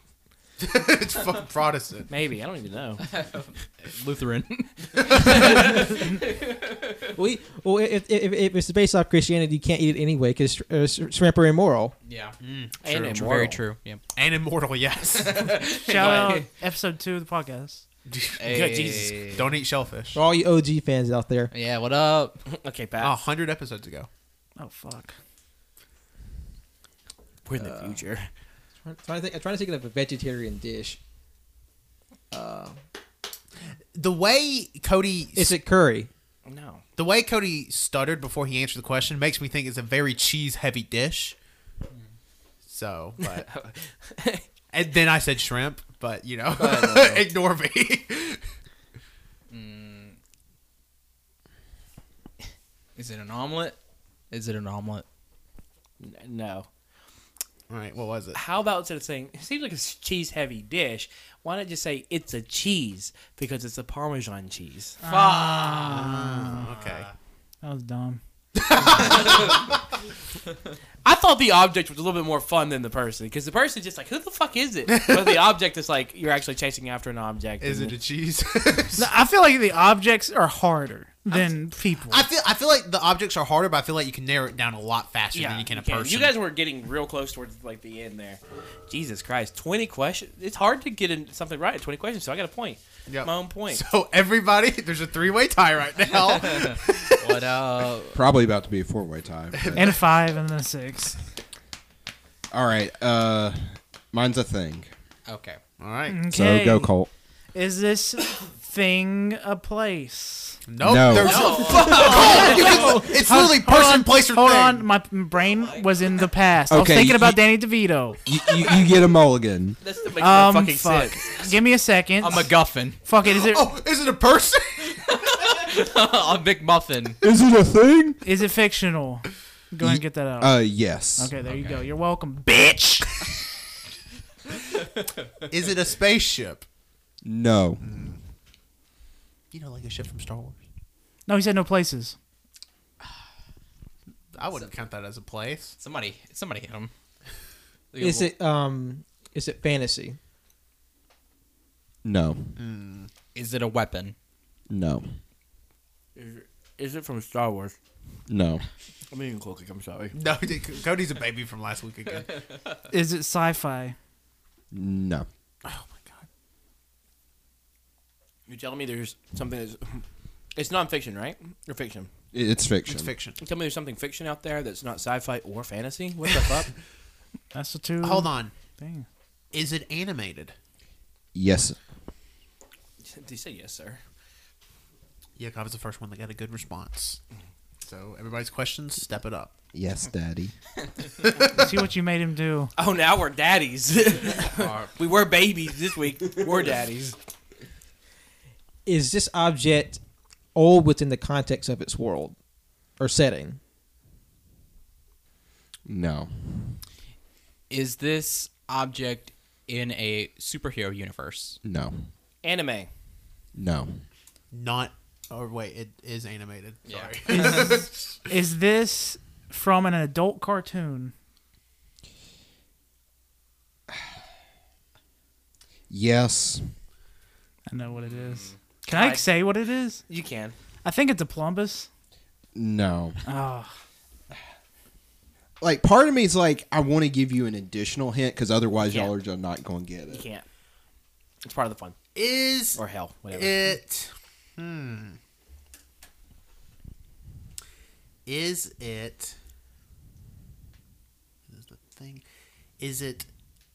Speaker 1: it's fucking Protestant.
Speaker 4: Maybe I don't even know.
Speaker 6: Lutheran.
Speaker 2: Well, you- well, if, if, if it's based off Christianity, you can't eat it anyway because uh, sh- shrimp are immoral.
Speaker 6: yeah.
Speaker 4: And
Speaker 6: True.
Speaker 4: immoral.
Speaker 6: Very true. Yeah.
Speaker 1: And immortal, yes.
Speaker 5: Shout out episode two of the podcast.
Speaker 4: Good Jesus.
Speaker 6: Hey.
Speaker 1: Don't eat shellfish.
Speaker 2: For all you OG fans out there,
Speaker 6: Yeah. What up?
Speaker 4: Okay,
Speaker 1: A
Speaker 4: Pat.
Speaker 1: hundred episodes ago.
Speaker 5: Oh fuck.
Speaker 4: We're in the future.
Speaker 2: I'm trying to think, I'm trying to think of a vegetarian dish.
Speaker 1: The way Cody
Speaker 2: Is it curry?
Speaker 4: No.
Speaker 1: the way Cody stuttered before he answered the question makes me think it's a very cheese heavy dish. So, but and then I said shrimp, but uh, you know, ignore me.
Speaker 6: Is it an omelet? Is it an omelet?
Speaker 4: N- No.
Speaker 1: All right, what was it?
Speaker 4: How about instead of saying it seems like a cheese heavy dish, why not just say it's a cheese because it's a Parmesan cheese?
Speaker 1: Okay,
Speaker 5: That was dumb.
Speaker 4: I thought the object was a little bit more fun than the person because the person's just like, who the fuck is it? But the object is like you're actually chasing after an object.
Speaker 1: is it
Speaker 4: and-
Speaker 1: a cheese?
Speaker 5: No, I feel like the objects are harder. than people.
Speaker 1: I feel I feel like the objects are harder, but I feel like you can narrow it down a lot faster
Speaker 4: Yeah,
Speaker 1: than you can a
Speaker 4: You
Speaker 1: person.
Speaker 4: guys were getting real close towards like the end there. Jesus Christ, twenty questions. It's hard to get in something right at twenty questions. So I got a point.
Speaker 1: Yep.
Speaker 4: My own point.
Speaker 1: so everybody, there's a three-way tie right now.
Speaker 6: What up?
Speaker 3: Probably about to be a four way tie. but-
Speaker 5: and a five and then a six.
Speaker 3: all right. Uh, mine's a thing.
Speaker 6: Okay.
Speaker 1: All right.
Speaker 5: Okay.
Speaker 3: So go Colt.
Speaker 5: Is this thing a place?
Speaker 1: Nope.
Speaker 3: No.
Speaker 1: There's Oh, it's literally person, place, or
Speaker 5: Hold
Speaker 1: thing.
Speaker 5: on, my p- brain was in the past. I was
Speaker 3: Okay,
Speaker 5: thinking about
Speaker 3: you-
Speaker 5: Danny DeVito.
Speaker 3: You, you, you get a mulligan.
Speaker 4: That's that makes
Speaker 5: Um,
Speaker 4: no fucking
Speaker 5: fuck.
Speaker 4: sense.
Speaker 5: Give me a second.
Speaker 6: A MacGuffin.
Speaker 5: fuck it. Is it is
Speaker 1: Oh, is it a person?
Speaker 6: a McMuffin.
Speaker 3: Is it a thing?
Speaker 5: it fictional? Go ahead and get that out.
Speaker 3: Uh, yes.
Speaker 5: okay, there you go. You're welcome, bitch.
Speaker 1: is it a spaceship?
Speaker 3: No.
Speaker 1: You know, like a ship from Star Wars.
Speaker 5: No, he said no places.
Speaker 1: I wouldn't count that as a place.
Speaker 6: Somebody, somebody hit him.
Speaker 2: Is it um? Is it fantasy?
Speaker 3: No.
Speaker 6: Is it a weapon?
Speaker 3: No.
Speaker 4: Is it from Star Wars?
Speaker 3: No.
Speaker 4: I mean, Cloaking, I'm sorry.
Speaker 1: No, Cody's a baby from last week again.
Speaker 5: Is it sci-fi?
Speaker 3: No.
Speaker 1: Oh my god.
Speaker 4: You're telling me there's something that's. It's nonfiction, right? Or fiction?
Speaker 3: It- It's fiction.
Speaker 1: It's fiction.
Speaker 4: You tell me there's something fiction out there that's not sci fi or fantasy? What the fuck?
Speaker 5: That's the two.
Speaker 1: Hold on.
Speaker 5: Thing.
Speaker 1: Is it animated?
Speaker 3: Yes.
Speaker 4: Did you say yes, sir?
Speaker 1: Yeah, I was the first one that got a good response. So everybody's questions, step it up.
Speaker 3: Yes, Daddy.
Speaker 5: See what you made him do.
Speaker 4: Oh, now we're daddies. we were babies this week. We're daddies.
Speaker 2: Is this object old within the context of its world or setting?
Speaker 3: No.
Speaker 6: Is this object in a superhero universe?
Speaker 3: No.
Speaker 4: Anime.
Speaker 3: No.
Speaker 1: Not. Or wait, it is animated.
Speaker 6: Yeah.
Speaker 1: Sorry.
Speaker 5: Is this from an adult cartoon?
Speaker 3: Yes.
Speaker 5: I know what it is. Can I
Speaker 4: I-
Speaker 5: say what it is?
Speaker 4: You can.
Speaker 5: I think it's a plumbus.
Speaker 3: No.
Speaker 5: Oh,
Speaker 3: Like, part of me is like, I want to give you an additional hint because otherwise y'all are just not going to get
Speaker 4: You
Speaker 3: it.
Speaker 4: can't. It's part of the fun.
Speaker 1: Is
Speaker 4: Or hell. Whatever.
Speaker 1: it? Hmm. Is it? Is the thing? Is it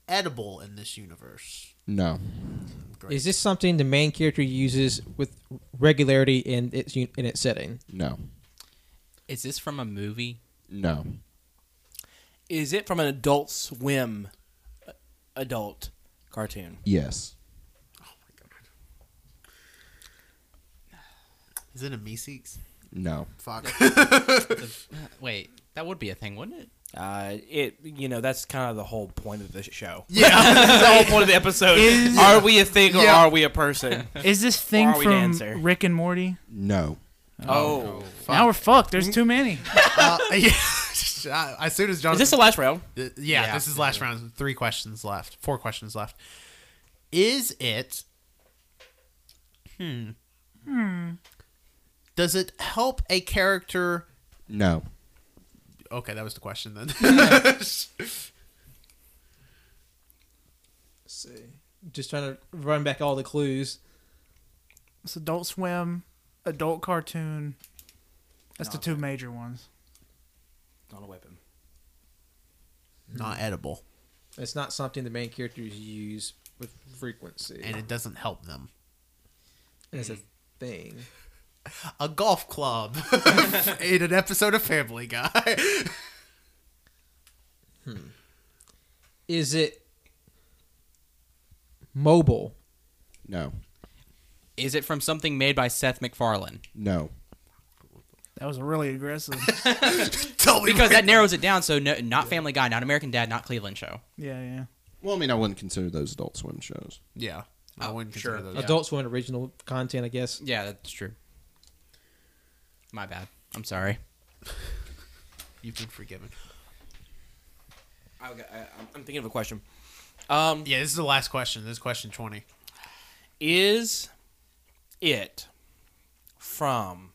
Speaker 1: edible in this universe?
Speaker 3: No.
Speaker 1: Great.
Speaker 2: Is this something the main character uses with regularity in its u- in its setting?
Speaker 3: No.
Speaker 6: Is this from a movie?
Speaker 3: No.
Speaker 4: Is it from an adult swim uh, adult cartoon?
Speaker 3: Yes.
Speaker 1: Oh Is it a Meeseeks?
Speaker 3: No.
Speaker 1: Fuck.
Speaker 6: Wait, that would be a thing, wouldn't it?
Speaker 4: Uh, it you know that's kind of the whole point of the show.
Speaker 1: yeah.
Speaker 4: That's the whole point of the episode.
Speaker 5: Is-
Speaker 4: are we a thing or
Speaker 1: Yeah.
Speaker 4: are we a person?
Speaker 5: is this thing
Speaker 4: Or are we
Speaker 5: from
Speaker 4: dancer?
Speaker 5: Rick and Morty?
Speaker 3: No.
Speaker 4: oh,
Speaker 5: Now we're fucked. There's too many.
Speaker 1: Uh, yeah. as soon as John.
Speaker 4: is this the last round?
Speaker 1: Th- yeah,
Speaker 6: Yeah.
Speaker 1: this is last round. Three questions left. Four questions left. Is it? Hmm. Hmm. Does it help a character?
Speaker 3: No.
Speaker 1: Okay, that was the question then.
Speaker 2: Just trying to run back all the clues.
Speaker 5: It's Adult Swim, Adult Cartoon. That's the
Speaker 4: Oh,
Speaker 5: two major ones.
Speaker 4: Not a weapon.
Speaker 1: Not edible,
Speaker 2: It's not something the main characters use with frequency.
Speaker 1: and it doesn't help them.
Speaker 2: It's a thing.
Speaker 1: A golf club in an episode of Family Guy.
Speaker 2: Is it mobile?
Speaker 3: No.
Speaker 6: Is it from something made by Seth MacFarlane?
Speaker 3: No.
Speaker 5: That was really aggressive.
Speaker 1: Tell me
Speaker 6: Because
Speaker 1: where-
Speaker 6: that narrows it down. So no, not Family Guy, not American Dad, not Cleveland Show.
Speaker 5: yeah, yeah.
Speaker 3: Well, I mean, I wouldn't consider those adult swim shows.
Speaker 1: yeah, I
Speaker 6: Oh,
Speaker 1: wouldn't
Speaker 6: sure.
Speaker 1: consider those.
Speaker 2: Adults want original content, I guess.
Speaker 6: Yeah, that's true. My bad. I'm sorry.
Speaker 1: You've been forgiven.
Speaker 4: I, am thinking of a question. Um,
Speaker 1: Yeah, this is the last question. This is question twenty.
Speaker 4: is it from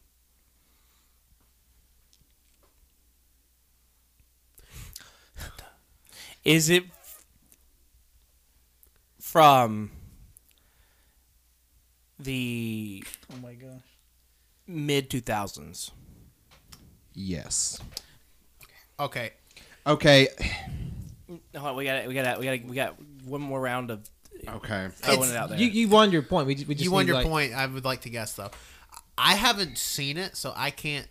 Speaker 4: Is it f- from the
Speaker 5: Oh my gosh.
Speaker 4: mid 2000s?
Speaker 3: Yes.
Speaker 1: Okay.
Speaker 3: Okay.
Speaker 4: No, we got we got we got we got one more round of
Speaker 3: Okay.
Speaker 4: throwing it out there.
Speaker 2: You, you won your point. We just, we just
Speaker 1: you won
Speaker 2: need,
Speaker 1: your
Speaker 2: like-
Speaker 1: point. I would like to guess though. I haven't seen it, so I can't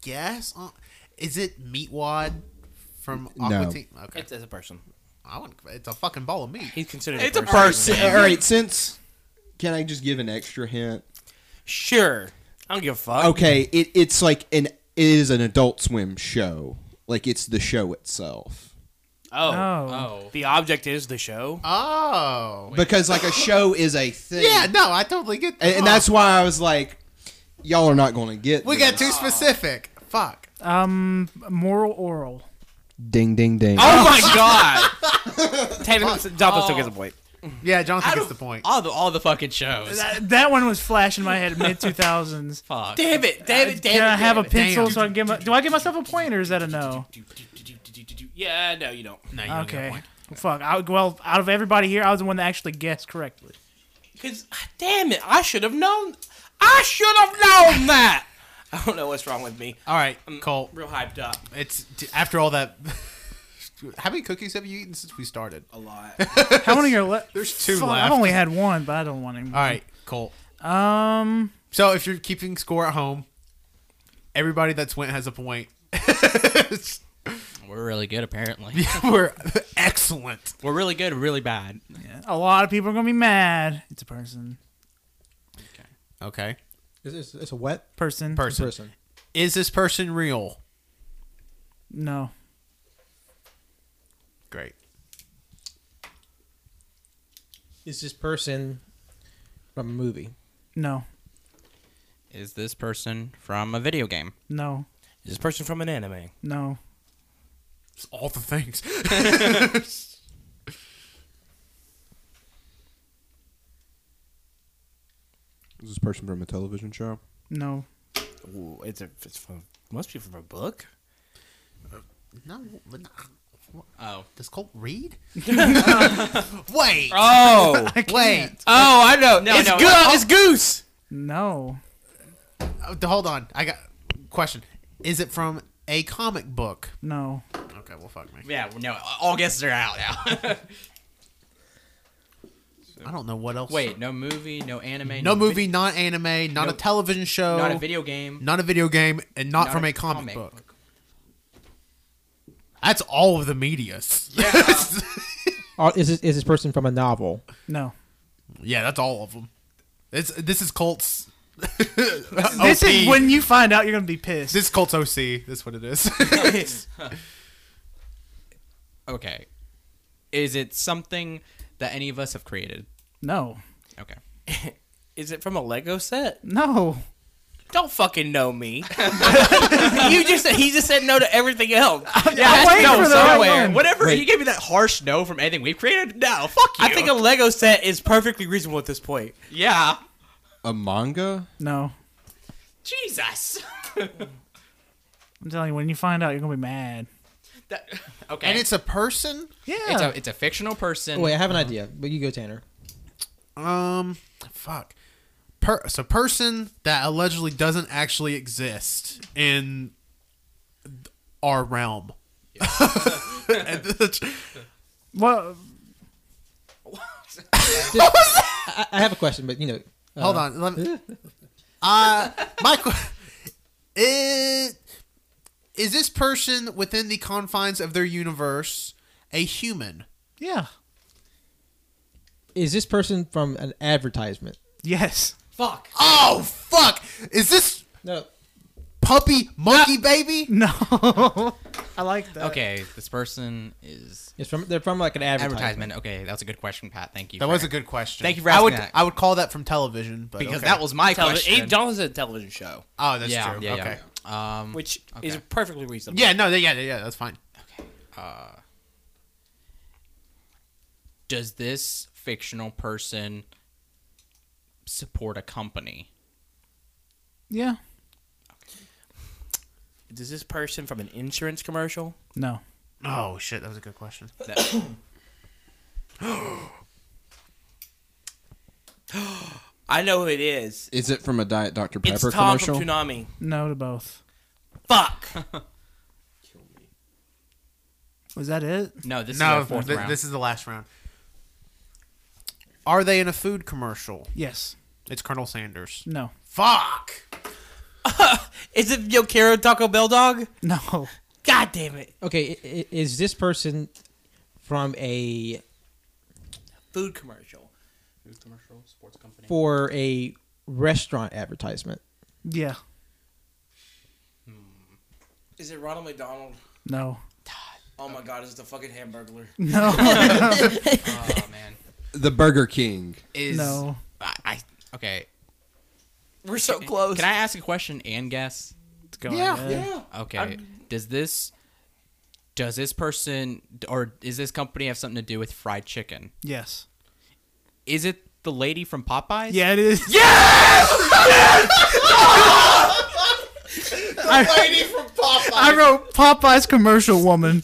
Speaker 1: guess. on- Is it Meatwad from Aqua
Speaker 3: No.
Speaker 1: Teen? Okay,
Speaker 4: it's, it's a person.
Speaker 1: I wouldn't, it's a fucking ball of meat.
Speaker 4: He's considered.
Speaker 6: It's a
Speaker 3: Person. All right. Since can I just give an extra hint?
Speaker 4: Sure. I don't give a fuck.
Speaker 3: Okay. It it's like an it is an Adult Swim show. Like it's the show itself.
Speaker 4: Oh.
Speaker 6: Oh.
Speaker 4: The object is the show.
Speaker 1: Oh,
Speaker 3: Because like a show is a thing.
Speaker 1: yeah, no, I totally get that.
Speaker 3: And, and that's why I was like, y'all are not going to get.
Speaker 1: we
Speaker 3: this.
Speaker 1: got too specific. Fuck.
Speaker 5: Um, moral oral.
Speaker 3: ding ding ding.
Speaker 4: Oh my god! Tatum, Jonathan still gets a point.
Speaker 1: Yeah, Jonathan
Speaker 6: Out
Speaker 1: gets
Speaker 6: of
Speaker 1: the point.
Speaker 6: All the all the fucking shows.
Speaker 5: That, that one was flashing my head mid two thousands.
Speaker 6: Fuck.
Speaker 4: Damn it! Damn it!
Speaker 5: Can I have a
Speaker 1: damn.
Speaker 5: pencil so I can give? My, do I give myself a point or is that a no?
Speaker 4: Yeah, no, you don't.
Speaker 6: No, you don't get a
Speaker 5: Okay.
Speaker 6: point.
Speaker 5: Fuck. I, well, out of everybody here, I was the one that actually guessed correctly.
Speaker 4: Because, ah, damn it, I should have known. I should have known that. I don't know what's wrong with me.
Speaker 1: All right, Cole.
Speaker 4: Real hyped up.
Speaker 1: It's after all that. How many cookies have you eaten since we started?
Speaker 4: A
Speaker 1: All
Speaker 4: lot.
Speaker 5: How many are left?
Speaker 1: There's two
Speaker 5: Fuck,
Speaker 1: left.
Speaker 5: I've only had one, but I don't want any. All
Speaker 1: right, Cole.
Speaker 5: Um.
Speaker 1: So if you're keeping score at home, everybody that's went has a point.
Speaker 6: We're really good apparently.
Speaker 1: We're excellent.
Speaker 6: We're really good, really bad.
Speaker 5: A lot of people are gonna be mad. It's a person.
Speaker 1: Okay.
Speaker 2: It's, it's, it's a what
Speaker 5: Person.
Speaker 1: Person.
Speaker 2: person?
Speaker 1: Is this person real?
Speaker 5: No.
Speaker 1: Great.
Speaker 2: Is this person from a movie?
Speaker 5: No.
Speaker 6: Is this person from a video game?
Speaker 5: No.
Speaker 4: Is this person from an anime?
Speaker 5: No.
Speaker 1: It's all the things.
Speaker 3: Is this person from a television show?
Speaker 5: No.
Speaker 4: Ooh, it's a, it's from, must be from a book.
Speaker 1: no, but not-
Speaker 6: Oh.
Speaker 1: does Colt read? Wait.
Speaker 4: Oh,
Speaker 1: Wait.
Speaker 4: oh, I know. No,
Speaker 6: It's
Speaker 4: it's,
Speaker 6: Goo-
Speaker 4: it's Goose.
Speaker 5: No.
Speaker 1: Uh, Hold on. I got question. Is it from a comic book?
Speaker 5: No.
Speaker 1: Okay, well fuck me.
Speaker 6: Yeah, no, all guesses are out now.
Speaker 1: I don't know what else.
Speaker 6: Wait, no movie, no anime,
Speaker 1: No
Speaker 6: vid-
Speaker 1: movie, not anime, not
Speaker 6: No-
Speaker 1: a television show,
Speaker 6: not a video game,
Speaker 1: not a video game, and not, from a comic, book. That's all of the medias.
Speaker 6: Yeah.
Speaker 2: Or is this, is this person from a novel?
Speaker 5: No.
Speaker 1: yeah, that's all of them. It's, this is Colt's.
Speaker 5: This is
Speaker 1: OP.
Speaker 5: when you find out you're gonna be pissed.
Speaker 1: This is Colt's OC. That's what it is.
Speaker 6: okay. Is it something that any of us have created?
Speaker 5: no.
Speaker 6: Okay.
Speaker 4: Is it from a Lego set?
Speaker 5: No.
Speaker 4: Don't fucking know me. you just said, he just said no to everything else.
Speaker 5: I'm
Speaker 6: That's-
Speaker 5: waiting for the right one.
Speaker 6: Whatever he gave me that harsh no from anything we've created. No, fuck you.
Speaker 4: I think a Lego set is perfectly reasonable at this point.
Speaker 6: yeah.
Speaker 3: A manga?
Speaker 5: No.
Speaker 6: Jesus.
Speaker 5: I'm telling you, when you find out, you're gonna be mad.
Speaker 6: That- okay.
Speaker 1: and it's a person.
Speaker 5: Yeah.
Speaker 6: it's a it's a fictional person.
Speaker 2: Wait, I have an idea, but you go, Tanner.
Speaker 1: Um, fuck. Per- so person that allegedly doesn't actually exist in our realm.
Speaker 5: well,
Speaker 2: I, I have a question, but you know, uh,
Speaker 1: Hold on. Let me, uh, my que- it, is this person within the confines of their universe a human?
Speaker 5: yeah.
Speaker 2: Is this person from an advertisement?
Speaker 5: Yes.
Speaker 6: fuck.
Speaker 1: Oh fuck! Is this
Speaker 2: No.
Speaker 1: puppy monkey baby?
Speaker 5: No. I like that.
Speaker 6: Okay, this person is
Speaker 2: It's from they're from like an advertisement.
Speaker 6: advertisement. Okay, that's a good question, Pat. Thank you.
Speaker 1: That
Speaker 6: for
Speaker 1: was
Speaker 6: it.
Speaker 1: a good question.
Speaker 6: Thank you for
Speaker 1: I
Speaker 6: asking
Speaker 1: would
Speaker 6: that.
Speaker 1: I would call that from television, but
Speaker 6: because
Speaker 1: okay.
Speaker 6: that was my
Speaker 4: Television.
Speaker 6: question.
Speaker 4: Donald's a television show,
Speaker 1: oh that's
Speaker 6: yeah,
Speaker 1: true.
Speaker 6: yeah,
Speaker 1: okay.
Speaker 6: yeah. Um,
Speaker 4: which
Speaker 6: Okay.
Speaker 4: is perfectly reasonable.
Speaker 1: Yeah, no, yeah, yeah, that's fine.
Speaker 6: does this fictional person support a company?
Speaker 5: Yeah.
Speaker 4: Is this person from an insurance commercial?
Speaker 5: No.
Speaker 1: Oh shit, that was a good question.
Speaker 4: I know who it is.
Speaker 3: Is it from a Diet Dr Pepper
Speaker 4: It's Tom
Speaker 3: commercial?
Speaker 4: from Toonami.
Speaker 5: No to both.
Speaker 4: Fuck.
Speaker 5: Was that it?
Speaker 6: No, this is
Speaker 1: no,
Speaker 6: our fourth
Speaker 1: th-
Speaker 6: round.
Speaker 1: this is the last round. Are they in a food commercial?
Speaker 5: Yes.
Speaker 1: It's Colonel Sanders.
Speaker 5: No.
Speaker 1: Fuck.
Speaker 4: is it Yokero Taco Bell Dog?
Speaker 5: No.
Speaker 4: God damn it.
Speaker 2: Okay, i- i- is this person from a
Speaker 4: Food commercial.
Speaker 6: Food commercial, sports company.
Speaker 2: for a restaurant advertisement?
Speaker 5: Yeah.
Speaker 4: Is it Ronald McDonald?
Speaker 5: No.
Speaker 4: Oh my god, is it the fucking Hamburglar?
Speaker 5: No.
Speaker 6: Oh man,
Speaker 3: The Burger King.
Speaker 6: is
Speaker 5: no.
Speaker 6: I, I okay?
Speaker 4: We're so close.
Speaker 6: Can I ask a question and guess?
Speaker 5: Go ahead.
Speaker 4: Yeah.
Speaker 6: Okay.
Speaker 4: I'm-
Speaker 6: does this does this person or is this company have something to do with fried chicken?
Speaker 5: Yes.
Speaker 6: Is it the lady from Popeyes?
Speaker 5: Yeah, it is. Yes! the lady from Popeyes. I wrote Popeyes commercial woman.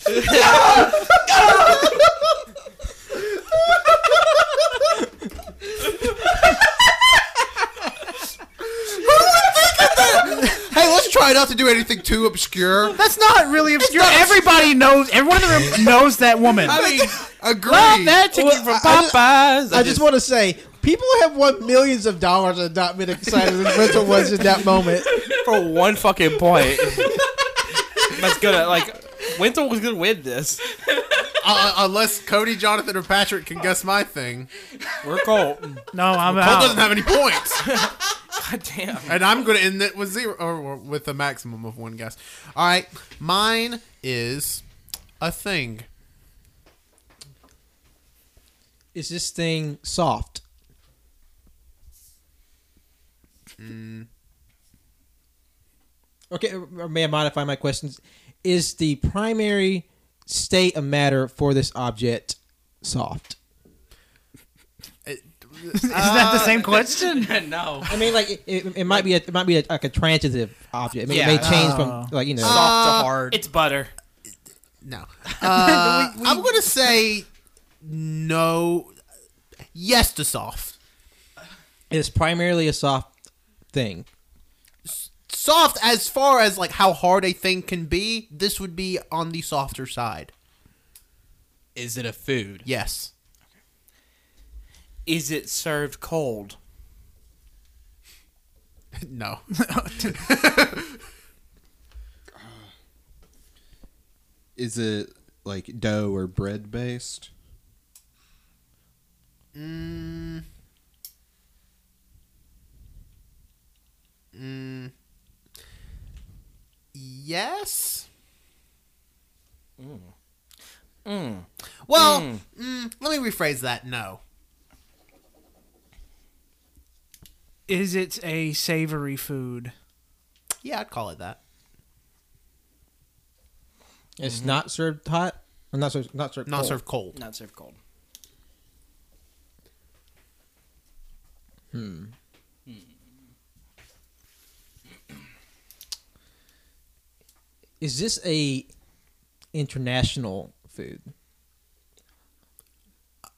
Speaker 3: Hey, let's try not to do anything too obscure.
Speaker 5: That's not really obscure. Everybody knows. Everyone in the room knows that woman.
Speaker 3: Agree.
Speaker 5: Love that chicken
Speaker 2: Well,
Speaker 5: from
Speaker 2: I- I just-
Speaker 5: Popeyes.
Speaker 2: I just want to say, people have won millions of dollars and not been excited as Rental was in that moment.
Speaker 4: For one fucking point. That's gonna, like, Winter was gonna win this.
Speaker 1: Uh, uh, unless Cody, Jonathan, or Patrick can guess my thing,
Speaker 4: We're cold.
Speaker 5: no, I'm
Speaker 1: Cole doesn't
Speaker 5: out.
Speaker 1: have any points,
Speaker 4: God damn.
Speaker 1: and I'm going to end it with zero or with a maximum of one guess. All right, mine is a thing.
Speaker 2: Is this thing soft? Okay, or may I modify my questions? Is the primary state of matter for this object soft?
Speaker 5: Is that the same question?
Speaker 6: no.
Speaker 2: I mean, like it, it, it might be a, it might be a, like a transitive object. It may, it may
Speaker 6: Yeah.
Speaker 2: change
Speaker 5: Oh.
Speaker 2: from like you know.
Speaker 6: Soft to hard.
Speaker 4: Uh, It's butter.
Speaker 1: No, uh, I'm going to say no. Yes to soft.
Speaker 2: It's primarily a soft thing.
Speaker 1: Soft as far as like how hard a thing can be. This would be on the softer side.
Speaker 6: is it a food?
Speaker 1: Yes.
Speaker 4: Is it served cold?
Speaker 1: No.
Speaker 3: Is it like dough or bread based?
Speaker 1: Mm. Mm. Yes.
Speaker 4: Mm.
Speaker 1: Well, mm. let me rephrase that. No.
Speaker 5: Is it a savory food?
Speaker 1: Yeah, I'd call it that.
Speaker 6: Mm-hmm.
Speaker 2: It's not served hot. I'm not served. Not served.
Speaker 1: Not
Speaker 2: cold.
Speaker 1: served cold.
Speaker 4: Not served cold.
Speaker 2: Is this a international food?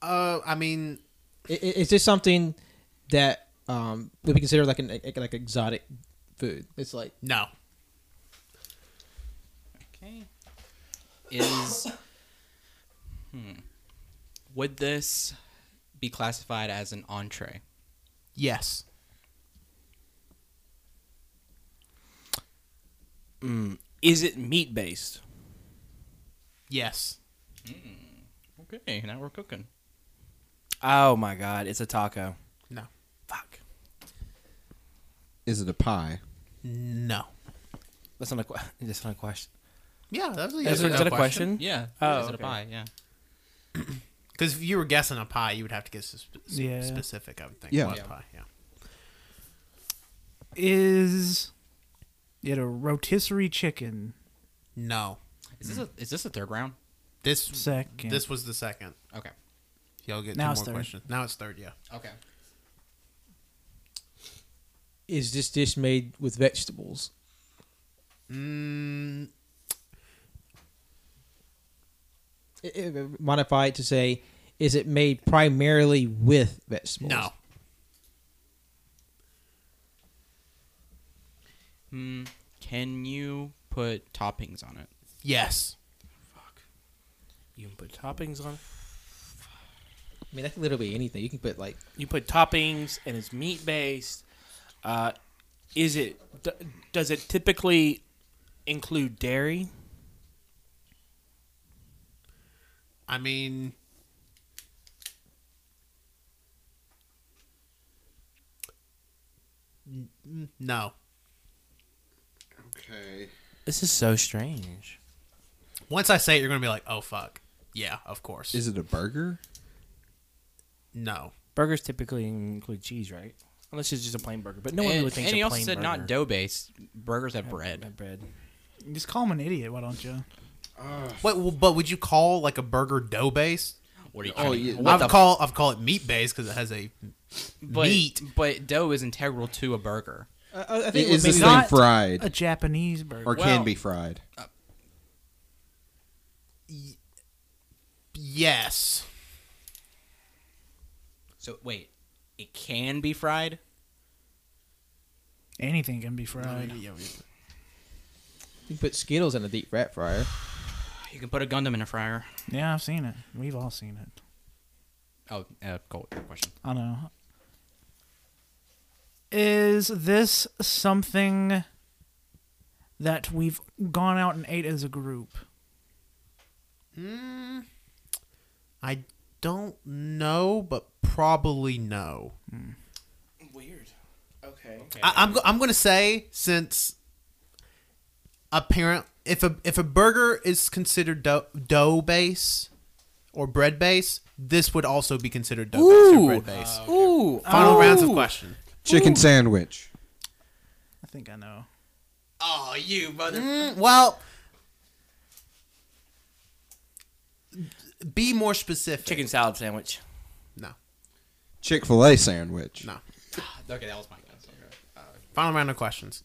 Speaker 1: Uh, I mean,
Speaker 2: I- i- Is this something that um, would be considered like an like like exotic food? It's like
Speaker 1: no.
Speaker 6: Okay. Is hmm. Would this be classified as an entree?
Speaker 1: Yes.
Speaker 4: Is it meat based?
Speaker 1: Yes.
Speaker 6: Okay, now we're cooking.
Speaker 4: Oh my god, it's a taco.
Speaker 1: No.
Speaker 4: Fuck.
Speaker 3: Is it a pie?
Speaker 1: No.
Speaker 4: That's not a question. That's not a question.
Speaker 1: Yeah, that was a yes
Speaker 4: Is,
Speaker 1: or
Speaker 4: it-
Speaker 1: no
Speaker 4: is that a
Speaker 1: question.
Speaker 4: question?
Speaker 6: Yeah.
Speaker 4: Oh,
Speaker 6: is it
Speaker 4: okay.
Speaker 6: a pie? Yeah.
Speaker 1: Because if you were guessing a pie, you would have to get sp- sp-
Speaker 5: Yeah.
Speaker 1: specific. I would think.
Speaker 3: Yeah.
Speaker 1: What
Speaker 6: Yeah.
Speaker 1: pie? Yeah.
Speaker 5: Is it a rotisserie chicken?
Speaker 1: No.
Speaker 6: Is this a is this a third round?
Speaker 1: This
Speaker 5: Second.
Speaker 1: This was the second.
Speaker 6: Okay.
Speaker 1: Y'all get
Speaker 5: Now
Speaker 1: two
Speaker 5: it's
Speaker 1: more
Speaker 5: third.
Speaker 1: questions. Now it's third. Yeah.
Speaker 6: Okay.
Speaker 2: is this dish made with vegetables?
Speaker 1: Mm,
Speaker 2: i- i- modify it to say, is it made primarily with vegetables?
Speaker 1: No.
Speaker 6: Hmm. Can you put toppings on it?
Speaker 1: Yes.
Speaker 4: You can put toppings on. it.
Speaker 2: I mean, that could literally be anything. You can put like
Speaker 4: You put toppings, and it's meat based. Uh, is it? D- does it typically include dairy?
Speaker 1: I mean, N- n- no.
Speaker 3: Okay.
Speaker 4: This is so strange.
Speaker 1: Once I say it, you're gonna be like, "Oh fuck, yeah, of course."
Speaker 3: Is it a burger?
Speaker 1: no.
Speaker 4: Burgers typically include cheese, right? Unless it's just a plain burger, but no one really
Speaker 6: and
Speaker 4: thinks
Speaker 6: and
Speaker 4: a
Speaker 6: he also
Speaker 4: plain
Speaker 6: said not
Speaker 4: burger.
Speaker 6: dough based. Burgers have bread.
Speaker 4: bread.
Speaker 5: Just call him an idiot, why don't you?
Speaker 1: Wait, well, but would you call like a burger dough based?
Speaker 6: What are you?
Speaker 3: Oh,
Speaker 6: I mean,
Speaker 3: yeah.
Speaker 6: what
Speaker 1: I've
Speaker 6: the
Speaker 1: call I've called it meat based because it has a
Speaker 6: but,
Speaker 1: meat.
Speaker 6: But dough is integral to a burger.
Speaker 2: I- I, I think
Speaker 3: Is
Speaker 2: it would
Speaker 3: this
Speaker 2: be
Speaker 3: thing
Speaker 5: not
Speaker 3: fried
Speaker 5: A Japanese burger.
Speaker 3: or can be fried?
Speaker 1: yes.
Speaker 6: So wait, it can be fried.
Speaker 5: Anything can be fried.
Speaker 2: you can put Skittles in a deep fat fryer.
Speaker 6: You can put a Gundam in a fryer.
Speaker 5: Yeah, I've seen it. We've all seen it.
Speaker 6: Oh, uh, Colt, your question.
Speaker 5: I know. Is this something that we've gone out and ate as a group?
Speaker 1: I don't know, but probably no.
Speaker 4: Weird. Okay.
Speaker 1: I, I'm go- I'm gonna say since apparent if a if a burger is considered dough dough base or bread base, this would also be considered dough base or bread base.
Speaker 4: Ooh.
Speaker 1: Final rounds of question.
Speaker 3: Chicken sandwich.
Speaker 5: I think I know.
Speaker 6: Oh, you mother.
Speaker 1: Mm, well, be more specific.
Speaker 4: Chicken salad sandwich.
Speaker 1: No,
Speaker 3: Chick fil A sandwich.
Speaker 1: no.
Speaker 6: Okay, that was my guess.
Speaker 1: Final round of questions.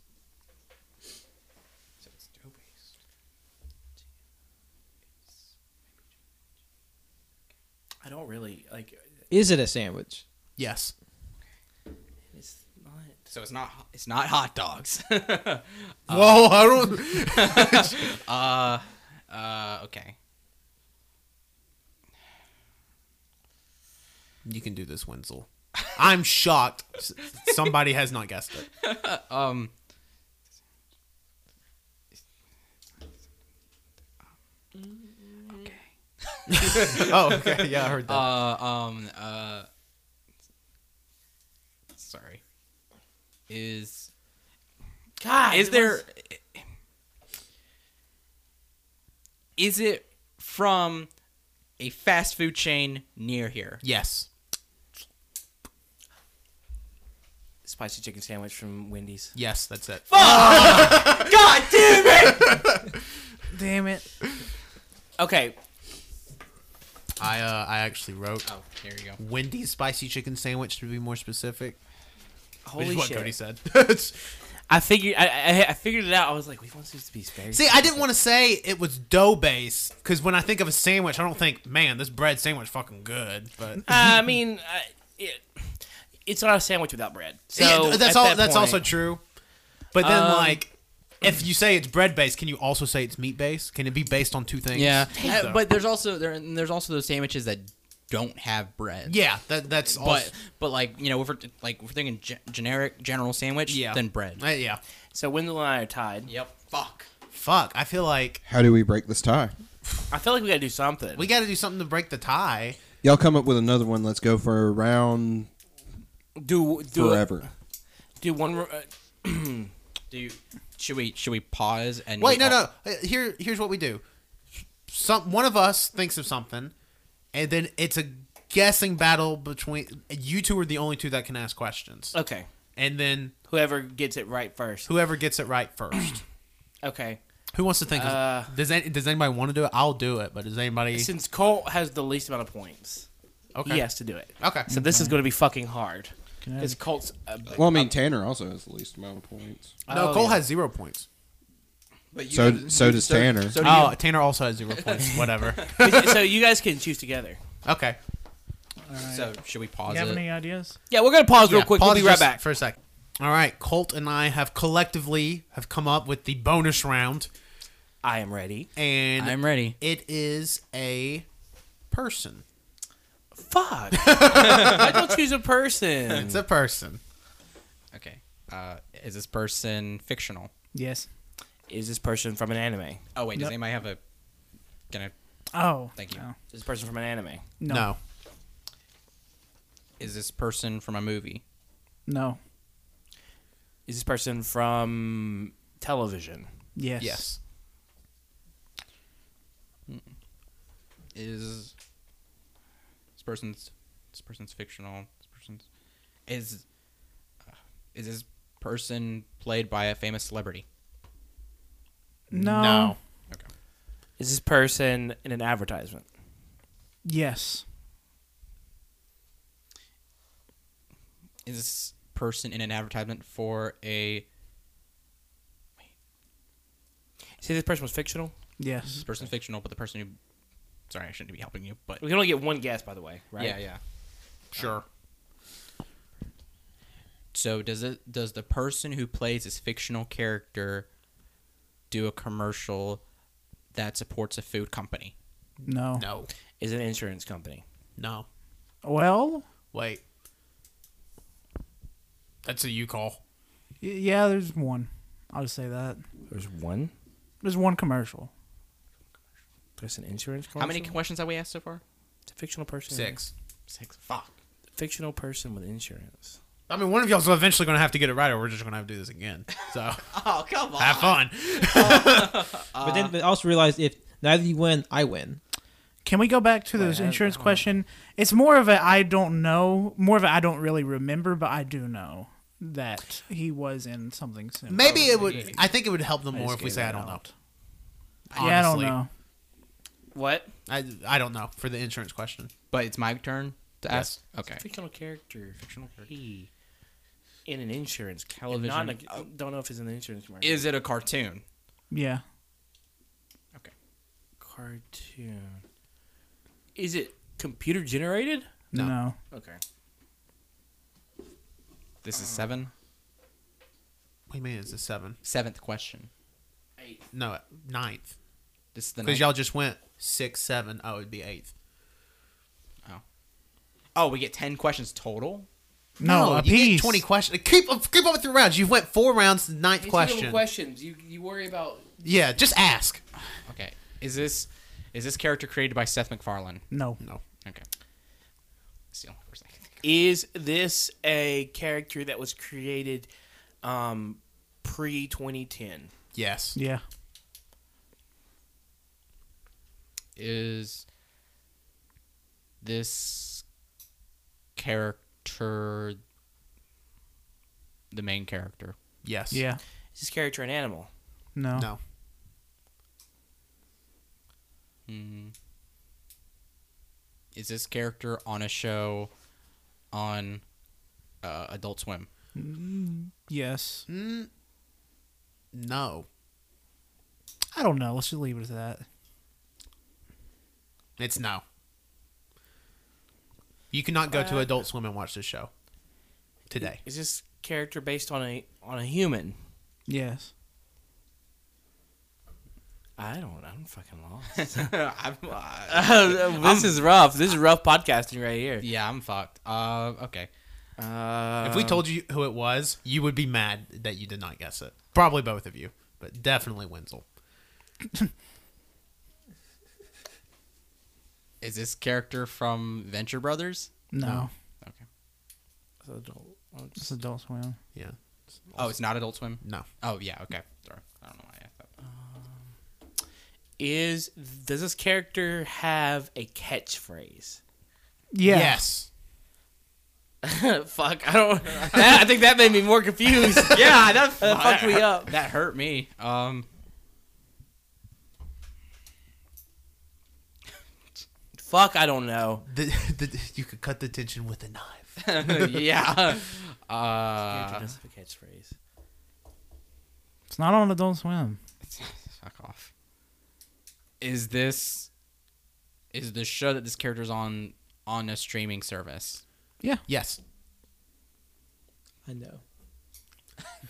Speaker 6: So it's dough based.
Speaker 4: I don't really like.
Speaker 2: Is it a sandwich?
Speaker 1: Yes.
Speaker 4: It's not.
Speaker 6: So it's not it's not hot dogs.
Speaker 1: Whoa! I don't.
Speaker 6: uh, uh, okay.
Speaker 1: You can do this, Wenzel. I'm shocked. s- Somebody has not guessed it.
Speaker 6: Um. Okay.
Speaker 1: Oh, okay. Yeah, I heard that.
Speaker 6: Uh, um, uh, sorry. Is
Speaker 4: God.
Speaker 6: is there? Is it from a fast food chain near here?
Speaker 1: yes.
Speaker 4: spicy chicken sandwich from Wendy's?
Speaker 1: Yes, that's it.
Speaker 4: God damn it!
Speaker 5: Damn it.
Speaker 4: Okay.
Speaker 1: I uh, I actually wrote
Speaker 6: Oh, here you go.
Speaker 1: Wendy's spicy chicken sandwich to be more specific. Which
Speaker 4: Holy
Speaker 1: is what
Speaker 4: shit.
Speaker 1: Cody said.
Speaker 4: I figured. I, I I figured it out. I was like, we want this to be very.
Speaker 1: See, I didn't want to say it was dough based because when I think of a sandwich, I don't think, man, this bread sandwich fucking good. But
Speaker 4: I mean, I, it, it's not a sandwich without bread. So
Speaker 1: Yeah, th- that's all.
Speaker 4: That
Speaker 1: that's
Speaker 4: point-
Speaker 1: also true. But then,
Speaker 4: Um,
Speaker 1: like, if you say it's bread based, can you also say it's meat based? Can it be based on two things?
Speaker 6: Yeah,
Speaker 1: So-
Speaker 6: uh, but there's also there and there's also those sandwiches that don't have bread.
Speaker 1: yeah, that that's all.
Speaker 6: But but like you know if we're like if we're thinking ge- generic general sandwich
Speaker 1: yeah,
Speaker 6: then bread.
Speaker 1: Uh, yeah,
Speaker 4: So Wendell and I are tied.
Speaker 6: Yep. Fuck.
Speaker 1: fuck. I feel like
Speaker 3: How do we break this tie?
Speaker 4: I feel like we gotta do something.
Speaker 1: we got to do something to break the tie.
Speaker 3: Y'all come up with another one. Let's go for a round
Speaker 4: do do
Speaker 3: forever.
Speaker 4: do one. Uh,
Speaker 6: Do you, should we should we pause and
Speaker 1: Wait,
Speaker 6: we
Speaker 1: no,
Speaker 6: all-
Speaker 1: no. Uh, Here, here's what we do. Some one of us thinks of something, and then it's a guessing battle between you two are the only two that can ask questions,
Speaker 4: okay.
Speaker 1: and then
Speaker 4: Whoever gets it right first.
Speaker 1: whoever gets it right first.
Speaker 4: Okay.
Speaker 1: Who wants to think? of-
Speaker 4: Uh,
Speaker 1: does any, does anybody want to do it? I'll do it, but does anybody?
Speaker 4: Since Colt has the least amount of points,
Speaker 1: Okay.
Speaker 4: he has to do it.
Speaker 1: Okay.
Speaker 4: So this is gonna be fucking hard. Because Colt's. Uh,
Speaker 3: Well, I mean, Tanner also has the least amount of points.
Speaker 1: no,
Speaker 4: oh,
Speaker 1: Cole
Speaker 4: yeah.
Speaker 1: has zero points.
Speaker 7: But you
Speaker 3: So-
Speaker 7: gotta-
Speaker 3: so does Tanner.
Speaker 7: So do you.
Speaker 1: Oh, Tanner also has zero points. Whatever.
Speaker 4: so you guys can choose together.
Speaker 1: Okay.
Speaker 6: So should we pause
Speaker 5: You have
Speaker 6: it?
Speaker 5: any ideas?
Speaker 4: Yeah, we're gonna pause real
Speaker 1: Yeah,
Speaker 4: quick.
Speaker 1: pause
Speaker 4: We'll be right
Speaker 1: just
Speaker 4: back.
Speaker 1: for a sec. All right, Colt and I have collectively have come up with the bonus round,
Speaker 4: I am ready.
Speaker 1: and
Speaker 6: I'm ready.
Speaker 1: it is a person.
Speaker 4: Fuck. I don't choose a person.
Speaker 1: It's a person.
Speaker 6: Okay. Uh, is this person fictional?
Speaker 5: Yes.
Speaker 4: Is this person from an anime?
Speaker 6: Oh wait, does
Speaker 5: No.
Speaker 6: anybody have a? Can I?
Speaker 5: Oh.
Speaker 6: Thank you.
Speaker 5: No.
Speaker 4: Is this person from an anime?
Speaker 5: No.
Speaker 1: no.
Speaker 6: Is this person from a movie?
Speaker 5: No.
Speaker 4: Is this person from television?
Speaker 5: Yes.
Speaker 1: Yes.
Speaker 6: Is this person's this person's fictional? This person's is uh, is this person played by a famous celebrity?
Speaker 5: No.
Speaker 1: No.
Speaker 6: Okay.
Speaker 4: Is this person in an advertisement?
Speaker 5: Yes.
Speaker 6: Is this person in an advertisement for a?
Speaker 4: See, this person was fictional.
Speaker 6: This
Speaker 5: Yes.
Speaker 6: person fictional, but the person who. Sorry, I shouldn't be helping you, but
Speaker 4: We can only get one guess, by the way, right?
Speaker 6: yeah, yeah.
Speaker 1: Sure.
Speaker 6: So does it does the person who plays this fictional character do a commercial that supports a food company?
Speaker 5: No.
Speaker 1: No.
Speaker 4: Is it an insurance company?
Speaker 1: No.
Speaker 5: Well,
Speaker 1: Wait. That's a you call.
Speaker 5: y- yeah, there's one. I'll just say that.
Speaker 4: There's one.
Speaker 5: There's one commercial.
Speaker 4: There's an insurance. Commercial?
Speaker 6: How many questions have we asked so far?
Speaker 4: It's a fictional person.
Speaker 1: Six.
Speaker 6: Six. Fuck.
Speaker 4: Fictional person with insurance.
Speaker 1: I mean, one of y'all's eventually going to have to get it right, or we're just going to have to do this again. So
Speaker 6: Oh come on.
Speaker 1: have fun.
Speaker 2: but then but also realize if neither you win, I win.
Speaker 5: Can we go back to this insurance question? It's more of a I don't know, more of a I don't really remember, but I do know that he was in something similar.
Speaker 1: Maybe it would. I think it would help them
Speaker 4: I
Speaker 1: more
Speaker 4: just
Speaker 1: if we
Speaker 4: gave
Speaker 1: say
Speaker 4: it
Speaker 1: I don't
Speaker 4: out.
Speaker 1: know.
Speaker 5: Yeah, I don't
Speaker 1: Honestly.
Speaker 5: know.
Speaker 4: What?
Speaker 1: I I don't know for the insurance question.
Speaker 6: But it's my turn to ask. Okay.
Speaker 4: Fictional character. Fictional character. He in an insurance
Speaker 6: Television.
Speaker 4: Not in a, don't know if it's in an insurance commercial.
Speaker 6: Is it a cartoon?
Speaker 5: Yeah.
Speaker 4: cartoon. Is it computer generated?
Speaker 5: No.
Speaker 4: Okay.
Speaker 6: This is seven.
Speaker 1: Wait, man, it's a seven.
Speaker 6: Seventh question.
Speaker 1: No, ninth.
Speaker 6: This is the
Speaker 1: Because
Speaker 6: ninth.
Speaker 1: y'all just went six, seven. Oh, it'd be eighth.
Speaker 6: Oh, we get ten questions total.
Speaker 5: No, Oh, a
Speaker 1: Oh, you get
Speaker 5: piece.
Speaker 1: twenty questions. Keep keep up with your rounds. You went four rounds. to the Ninth question.
Speaker 4: questions. You you worry about.
Speaker 1: Yeah, just ask.
Speaker 6: Okay. Is this is this character created by Seth MacFarlane?
Speaker 5: No.
Speaker 1: No.
Speaker 6: Okay. That's the only person I can think of.
Speaker 4: Is this a character that was created um, pre 2010?
Speaker 1: Yes.
Speaker 5: Yeah.
Speaker 6: Is this character the main character?
Speaker 1: Yes.
Speaker 5: Yeah.
Speaker 4: Is this character an animal?
Speaker 5: No.
Speaker 1: No.
Speaker 6: Hmm. Is this character on a show on uh, Adult Swim?
Speaker 5: Yes.
Speaker 1: Mm, no.
Speaker 5: I don't know. Let's just leave it at that.
Speaker 1: It's no. You cannot go to Adult Swim and watch this show today.
Speaker 4: Is this character based on a on a human?
Speaker 5: Yes.
Speaker 4: I don't. I'm fucking lost.
Speaker 6: I'm, uh,
Speaker 4: this is rough. This is rough podcasting right here.
Speaker 6: yeah, I'm fucked. Uh, okay.
Speaker 4: Uh,
Speaker 1: If we told you who it was, you would be mad that you did not guess it. Probably both of you, but definitely Wenzel.
Speaker 6: Is this character from Venture Brothers?
Speaker 5: No.
Speaker 6: Okay.
Speaker 5: Just Adult Swim.
Speaker 1: Yeah.
Speaker 6: Oh, it's not Adult Swim.
Speaker 1: No.
Speaker 6: Oh yeah. Okay. Sorry. I don't know why I thought.
Speaker 4: is does this character have a catchphrase?
Speaker 5: Yeah.
Speaker 1: Yes.
Speaker 4: Fuck, I don't. That, I think that made me more confused.
Speaker 6: yeah, that,
Speaker 4: That fucked me up.
Speaker 6: That hurt me. Um,
Speaker 4: Fuck, I don't know.
Speaker 1: The, the, you could cut the tension with a knife.
Speaker 6: yeah. Uh,
Speaker 4: Character does have a catchphrase.
Speaker 5: It's not on Adult Swim.
Speaker 6: Fuck off. Is this is the show that this character's on on a streaming service?
Speaker 1: Yes.
Speaker 2: I know.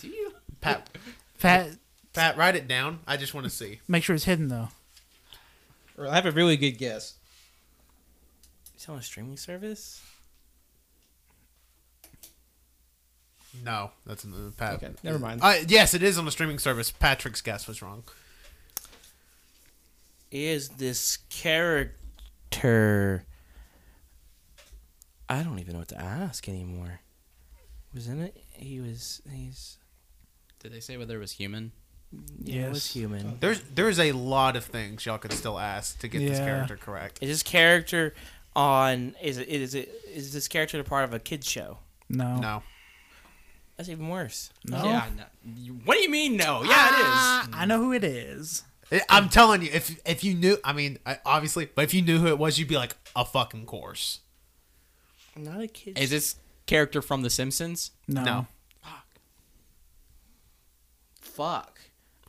Speaker 6: Do you?
Speaker 1: Pat,
Speaker 5: Pat,
Speaker 1: Pat, write it down. I just want to see.
Speaker 5: make sure it's hidden though.
Speaker 2: Or I have a really good guess.
Speaker 4: It's on a streaming service.
Speaker 1: No, that's another Pat.
Speaker 2: Okay, never mind.
Speaker 1: Uh, yes, it is on the streaming service. Patrick's guess was wrong.
Speaker 4: Is this character? I don't even know what to ask anymore. Was in it? He was. He's.
Speaker 6: Did they say whether it was human?
Speaker 4: Yeah, he was
Speaker 5: Yes.
Speaker 4: human.
Speaker 1: There's there's a lot of things y'all could still ask to get this
Speaker 5: Yeah.
Speaker 1: character correct.
Speaker 4: Is this character on? Is it? Is it? Is this character a part of a kids show?
Speaker 5: No.
Speaker 1: No.
Speaker 4: That's even worse.
Speaker 5: No?
Speaker 6: Yeah. No. You- What do you mean? No. Yeah, it
Speaker 5: Ah, I know who it is.
Speaker 1: I- I'm telling you, if if you knew, I mean, I, obviously, but if you knew who it was, you'd be like, a fucking course.
Speaker 4: Not a kids.
Speaker 6: is. Is this character from The Simpsons?
Speaker 5: No.
Speaker 1: No.
Speaker 4: Fuck.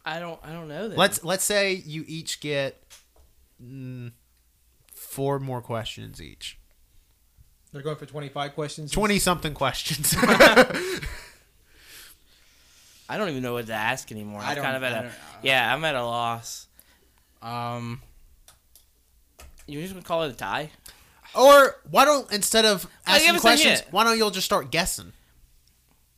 Speaker 4: I don't. I don't know that.
Speaker 1: Let's let's say you each get mm, four more questions each,
Speaker 2: They're going for 25 questions.
Speaker 1: twenty something questions.
Speaker 4: I don't even know what to ask anymore.
Speaker 6: I
Speaker 4: I'm
Speaker 6: don't-
Speaker 4: kind of at
Speaker 6: I
Speaker 4: a.
Speaker 6: don't- uh,
Speaker 4: yeah, I'm at a loss.
Speaker 6: Um.
Speaker 4: You just gonna call it a tie?
Speaker 1: or why don't instead of
Speaker 4: Oh, give
Speaker 1: asking
Speaker 4: us a
Speaker 1: questions,
Speaker 4: hint.
Speaker 1: why don't y'all just start guessing?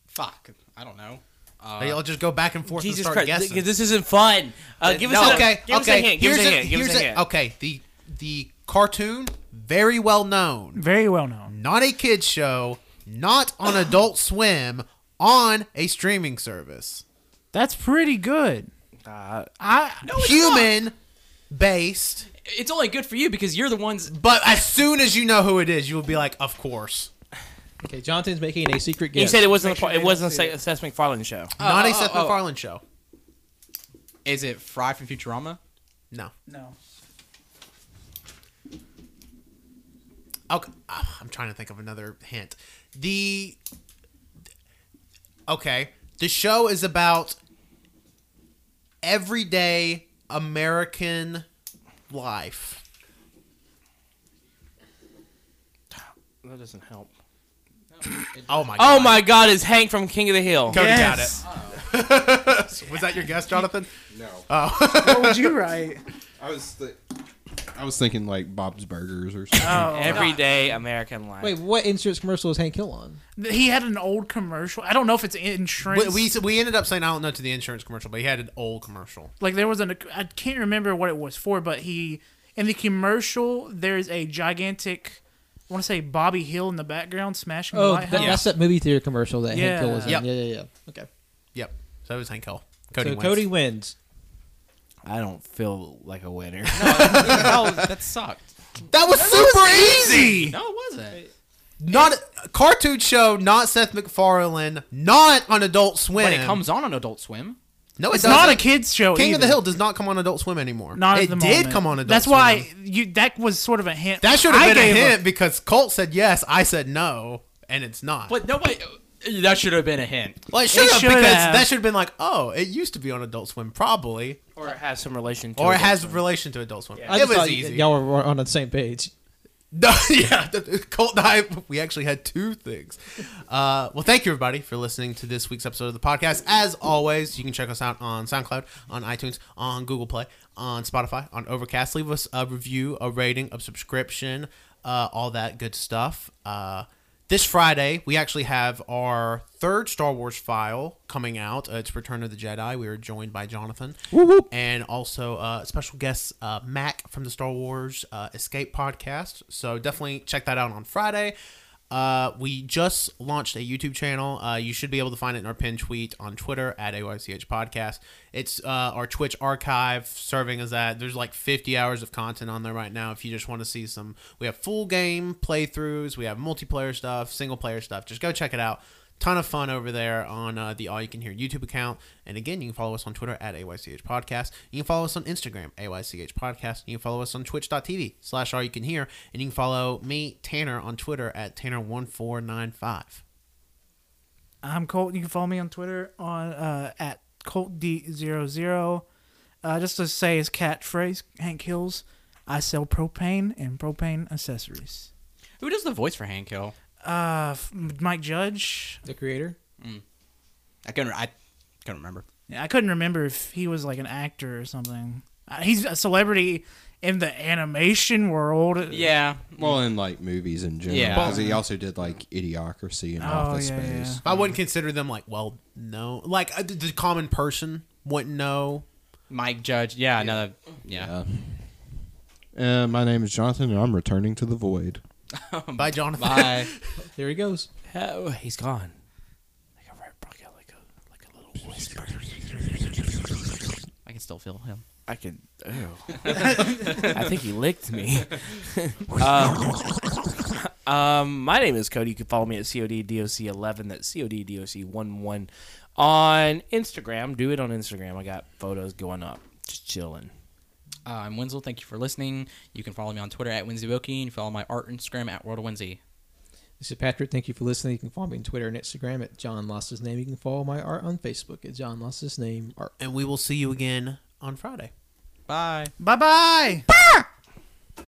Speaker 6: Fuck. I don't know. Uh,
Speaker 1: y'all just go back and forth
Speaker 4: Jesus
Speaker 1: and start
Speaker 4: Christ!
Speaker 1: guessing.
Speaker 4: th- This isn't fun. Uh, give us
Speaker 1: No,
Speaker 4: a,
Speaker 1: okay, okay.
Speaker 4: Give us a hint. Give
Speaker 1: Here's
Speaker 4: us a hint. Give us
Speaker 1: here's
Speaker 4: a hint.
Speaker 1: Okay, the the cartoon very well known,
Speaker 5: Very well known.
Speaker 1: not a kids show, not on Adult Swim, on a streaming service,
Speaker 5: That's pretty good.
Speaker 4: Uh,
Speaker 5: I
Speaker 1: human based.
Speaker 6: it's only good for you because you're the ones.
Speaker 1: But as soon as you know who it is, you will be like, of course.
Speaker 2: Okay, Jonathan's making a secret guess.
Speaker 4: You said it wasn't.
Speaker 2: Make
Speaker 4: a part-
Speaker 2: sure
Speaker 4: it
Speaker 2: they
Speaker 4: wasn't a
Speaker 2: don't see
Speaker 4: Seth, Seth MacFarlane show.
Speaker 1: not
Speaker 6: oh,
Speaker 1: a Seth
Speaker 6: oh, oh.
Speaker 1: MacFarlane show.
Speaker 6: Is it Fry from Futurama?
Speaker 1: No.
Speaker 5: no.
Speaker 1: Okay. ah, I'm trying to think of another hint. The okay, the show is about everyday American life.
Speaker 4: That doesn't help.
Speaker 1: Oh my!
Speaker 4: Oh
Speaker 1: God.
Speaker 4: my God! Is Hank from King of the Hill?
Speaker 1: Cody
Speaker 5: Yes.
Speaker 1: got it. Was that your guess, Jonathan?
Speaker 3: No,
Speaker 5: what would you write?
Speaker 3: I was th- I was thinking like Bob's Burgers or something.
Speaker 4: Everyday American life.
Speaker 2: Wait, what insurance commercial is Hank Hill on?
Speaker 5: He had an old commercial. I don't know if it's
Speaker 1: We,
Speaker 5: insurance.
Speaker 1: we we ended up saying I don't know to the insurance commercial, but he had an old commercial.
Speaker 5: like there was an I can't remember what it was for, but he in the commercial there's a gigantic I want to say Bobby Hill in the background smashing the
Speaker 2: Oh, that,
Speaker 5: lighthouse.
Speaker 2: that's that movie theater commercial that
Speaker 5: Yeah.
Speaker 2: Hank Hill was in.
Speaker 1: Yep.
Speaker 2: Yeah, yeah, yeah. Okay.
Speaker 1: Yep. So it was Hank Hill. Cody.
Speaker 2: so
Speaker 1: wins.
Speaker 2: Cody wins.
Speaker 4: I don't feel like a winner.
Speaker 6: no, Oh, that sucked.
Speaker 1: That was super easy.
Speaker 6: No, it wasn't.
Speaker 1: Not a cartoon show, not Seth MacFarlane, not on Adult Swim.
Speaker 6: But it comes on on Adult Swim.
Speaker 1: No, it
Speaker 5: It's not a
Speaker 1: doesn't.
Speaker 5: kids show.
Speaker 1: King of the
Speaker 5: either.
Speaker 1: Hill does not come on Adult Swim anymore.
Speaker 5: Not
Speaker 1: it
Speaker 5: at the
Speaker 1: did
Speaker 5: moment.
Speaker 1: come on Adult.
Speaker 5: That's
Speaker 1: Swim.
Speaker 5: why you. That was sort of a hint.
Speaker 1: that should
Speaker 5: I
Speaker 1: have been a
Speaker 5: gave
Speaker 1: hint because Colt said yes, I said no, and it's not.
Speaker 6: But nobody. That should have been a hint.
Speaker 1: well, it should have
Speaker 5: should
Speaker 1: because
Speaker 5: have.
Speaker 1: that should have been like, oh, it used to be on Adult Swim probably,
Speaker 4: or it has some relation to.
Speaker 1: or it
Speaker 4: it.
Speaker 1: has relation to Adult Swim.
Speaker 2: I
Speaker 1: It
Speaker 2: just
Speaker 1: was
Speaker 2: thought
Speaker 1: easy.
Speaker 2: y'all were- were on the same page.
Speaker 1: No, yeah, the- Colt and I, we actually had two things. Uh, well, thank you, everybody, for listening to this week's episode of the podcast. As always, you can check us out on SoundCloud, on iTunes, on Google Play, on Spotify, on Overcast. Leave us a review, a rating, a subscription, uh, all that good stuff. Uh, this Friday, we actually have our third Star Wars file coming out. Uh, it's Return of the Jedi. We are joined by Jonathan and also uh, special guest uh, Mac from the Star Wars uh, Escape podcast. So definitely check that out on Friday. Uh, we just launched a YouTube channel. Uh, you should be able to find it in our pin tweet on Twitter at AYCH Podcast. It's uh, our Twitch archive serving as that. There's like 50 hours of content on there right now. If you just want to see some, we have full game playthroughs, we have multiplayer stuff, single player stuff. Just go check it out ton of fun over there on uh, the All You Can Hear YouTube account. And again, you can follow us on Twitter at AYCH Podcast. You can follow us on Instagram, AYCH Podcast. You can follow us on twitch.tv slash All You Can Hear. And you can follow me, Tanner, on Twitter at Tanner1495.
Speaker 5: I'm Colt. You can follow me on Twitter on uh, at Colt D00. Uh, just to say his catchphrase, Hank Hills, I sell propane and propane accessories.
Speaker 6: Who does the voice for Hank Hill?
Speaker 5: Uh, f- Mike Judge.
Speaker 2: The creator.
Speaker 6: I couldn't. I couldn't remember.
Speaker 5: Yeah, I couldn't remember if he was like an actor or something. Uh, he's a celebrity in the animation world.
Speaker 6: Yeah,
Speaker 3: Well, in like movies in general,
Speaker 6: Yeah.
Speaker 3: because he also did like Idiocracy and Office
Speaker 5: yeah, yeah.
Speaker 3: Space.
Speaker 1: I wouldn't consider them like well no like uh, the- the common person wouldn't know.
Speaker 6: Mike Judge. Yeah, another. Yeah.
Speaker 3: Uh, my name is Jonathan, and I'm returning to the void.
Speaker 1: Bye, Jonathan.
Speaker 6: Bye.
Speaker 2: There he goes.
Speaker 4: Oh, he's gone. Like a red bucket, like a like a little whisper.
Speaker 6: I can still feel him.
Speaker 4: I can. Ew. I think he licked me. um, um, my name is Cody. You can follow me at coddoc11. That's coddoc11 on Instagram. Do it on Instagram. I got photos going up. Just chilling.
Speaker 6: Uh, I'm Winslow. Thank you for listening. You can follow me on Twitter at Winsleywoki and follow my art Instagram at World of Winsy.
Speaker 2: This is Patrick. Thank you for listening. You can follow me on Twitter and Instagram at John Lost His Name. You can follow my art on Facebook at John Lost His Name Art.
Speaker 1: And we will see you again on Friday.
Speaker 6: Bye.
Speaker 5: Bye bye.